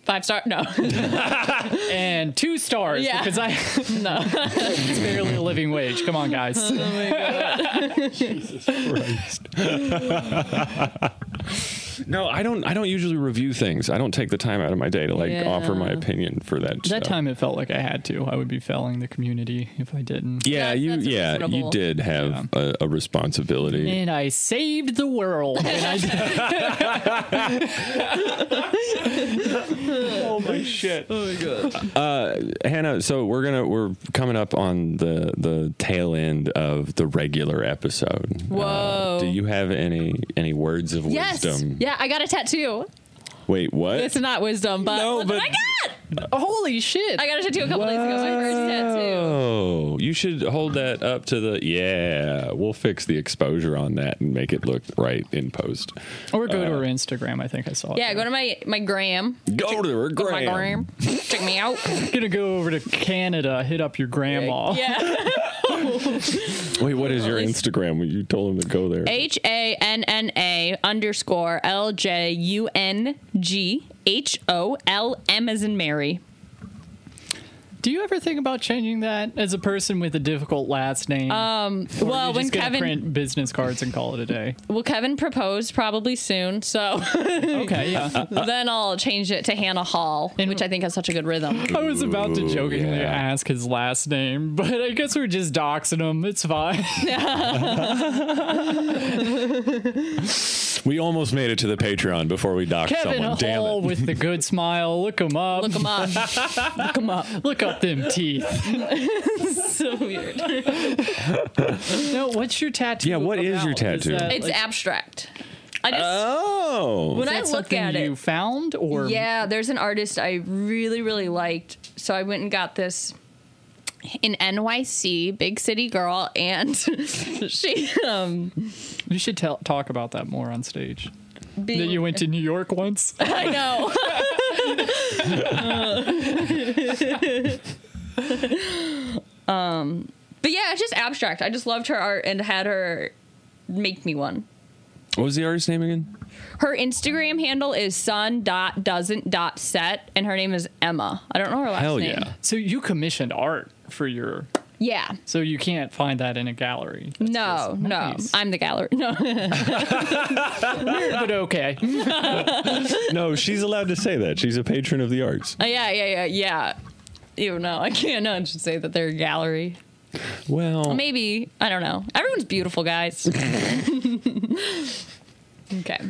B: Five star? No.
A: and two stars
B: Yeah.
A: because I [laughs] no, it's barely a living wage. Come on, [laughs] guys.
D: No, I don't. I don't usually review things. I don't take the time out of my day to like
B: Yeah.
D: offer my opinion for that.
A: That time it felt like I had to. I would be failing the community if I didn't.
D: Yeah,
B: That's-
D: you.
B: that's
D: Yeah,
B: reasonable.
D: you did have a, a responsibility.
A: And I saved the world. [laughs] And I oh my shit.
D: [laughs] Uh, Hannah, so we're gonna we're coming up on the the tail end of the regular episode. Uh,
B: Whoa.
D: do you have any any words of
B: yes.
D: wisdom?
B: Yeah, I got a tattoo.
D: Wait, what?
B: It's not wisdom, but
D: No,
B: look what
D: but-
B: I got.
A: Holy shit.
B: I got a tattoo a couple days ago. It was my first tattoo.
D: Oh, you should hold that up to the yeah. We'll fix the exposure on that and make it look right in post.
A: or go to her Instagram. I think I saw it.
B: Yeah, go to my my gram.
D: Go to her
B: Go to my
D: gram.
B: gram. Check
A: [laughs]
B: me out.
A: gonna go over to Canada, hit up your grandma.
B: Yeah.
D: Wait, what is your Instagram? You told him to go there.
B: H A N N A underscore L J U N G H O L M as in Mary.
A: Do you ever think about changing that as a person with a difficult last name? Um,
B: well, when Kevin-
A: print business cards and call it a
B: [laughs]
A: day.
B: Well, Kevin proposed probably
A: [laughs]
B: soon, so
A: Okay, yeah.
B: then I'll change it to Hannah Hall,
A: And-
B: which I think has such a good rhythm.
A: I was about to
D: Ooh,
A: jokingly
D: yeah.
A: ask his last name, but I guess we're just doxing him. It's
D: [laughs]
A: fine.
D: We almost made it to the Patreon before we docked
A: Kevin
D: someone. Damn
A: Hall
D: it.
A: with the
D: [laughs]
A: good smile. Look him up.
B: Look
A: Look,
B: him
A: [laughs]
B: up. Look him up.
A: up them teeth.
B: [laughs] So weird.
A: [laughs] No, what's your tattoo?
D: Yeah, what is your
A: about?
D: tattoo?
A: that,
B: It's
A: like,
B: abstract. I just
D: Oh.
B: when
A: is
B: I
A: that
B: look
A: something
B: at
A: you
B: it,
A: found or
B: yeah, there's an artist I really really liked, so I went and got this in NYC, big city girl, and [laughs] she um
A: you should tell, talk about that more on stage. That
B: being-
A: you went to New York
B: [laughs]
A: once.
B: I know. um, but yeah, it's just abstract. I just loved her art and had her make me one.
D: What was the artist's name again?
B: Her Instagram handle is sun dot doesn't dot set, and her name is Emma. I don't know her last
D: Hell
B: name.
D: yeah.
A: So you commissioned art for your.
B: Yeah.
A: So you can't find that in a gallery. That's
B: No,
A: just
B: no.
A: nice.
B: I'm
A: [laughs]
B: the gallery. No.
A: but okay.
D: no, she's allowed to say that. She's a patron of the arts.
B: [laughs] yeah, yeah, yeah, yeah. Ew, no, I can't. No, I should say that they're a gallery.
D: Well,
B: Maybe. I don't know. Everyone's
A: [laughs]
B: beautiful, guys. okay.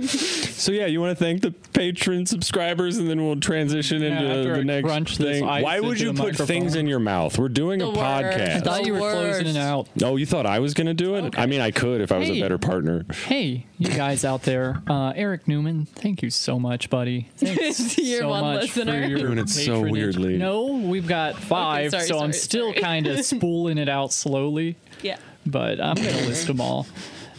D: so yeah, you want to thank the patron subscribers, and then we'll transition into
A: after
D: the
A: I
D: next
A: crunch this
D: thing.
A: ice
D: Why would
A: into
D: you
A: the
D: put things
A: microphone.
D: in your mouth? We're doing a
B: The worst.
D: podcast.
B: The
A: thought you were closing
B: worst.
A: it out.
D: Oh, you thought I was going to do it? I mean, I could if I was
A: Hey.
D: a better partner.
A: Hey, you guys out there, uh, Eric Newman, thank you so much, buddy. Thanks
B: [laughs] You're
A: so
B: one
A: much
B: listener.
A: for your
D: Doing it so
A: patronage.
D: weirdly.
A: No, we've got five,
B: sorry,
A: so I'm
B: sorry,
A: still
B: sorry.
A: kind
B: [laughs]
A: of spooling it out slowly,
B: Yeah.
A: but I'm
B: [laughs]
A: gonna list them all.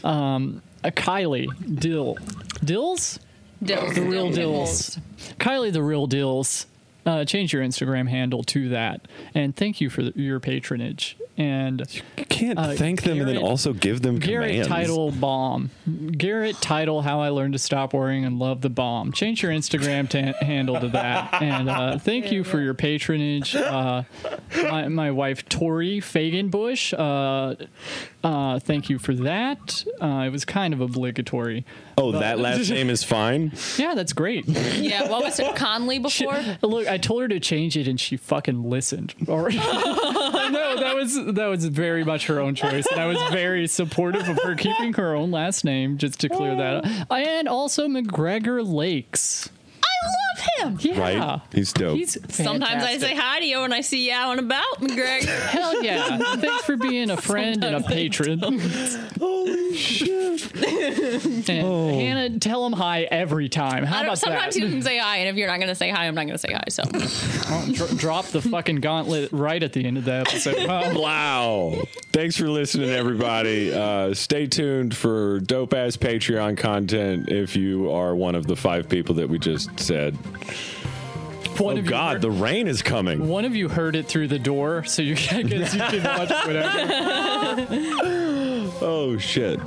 A: Um, uh, Kylie Dill, Dills,
B: Dills.
A: the real Dills, Kylie the real Dills. Uh, change your Instagram handle to that, and thank you for the, your patronage. And
D: You can't
A: Uh,
D: thank them and then
A: Garrett-
D: also give them
A: Garrett
D: commands.
A: title bomb. Garrett title how I learned to stop worrying and love the bomb. Change your Instagram ta handle to that. And uh, thank you for your patronage. Uh, my, my wife Tori Fagenbush. Uh, uh, thank you for that. Uh, it was kind of obligatory.
D: Oh, that
A: [laughs]
D: last name is fine.
A: Yeah, that's great.
B: [laughs] Yeah. What was it?
A: [laughs]
B: Conley before?
A: Look, I told her to change it, and she fucking listened. [laughs] Or no, that was that was very much her own choice, and I was very supportive of her keeping her own last name, just to clear that
B: Oh.
A: up. And also McGregor Lakes.
B: I love him.
A: Yeah,
D: Right? He's dope.
A: He's
B: Sometimes I say
A: fantastic.
B: hi to you when I see you out and about,
A: [laughs]
B: McGregor. [laughs]
A: hell yeah! Thanks for being a friend and a patron.
D: Holy shit.
A: And
D: Oh.
A: Hannah, tell him hi every time. How
B: I don't,
A: about
B: sometimes
A: that?
B: you can say hi, and if you're not going to say hi, I'm not going to say hi. So
A: Oh, dro- drop the fucking gauntlet right at the end of the
D: [laughs]
A: episode. Wow.
D: Wow. Thanks for listening, everybody. Uh, stay tuned for dope ass Patreon content if you are one of the five people that we just said.
A: One
D: Oh,
A: of you
D: God,
A: heard-
D: the rain is coming.
A: One of you heard it through the door, so you I guess you can watch whatever.
D: Oh, shit.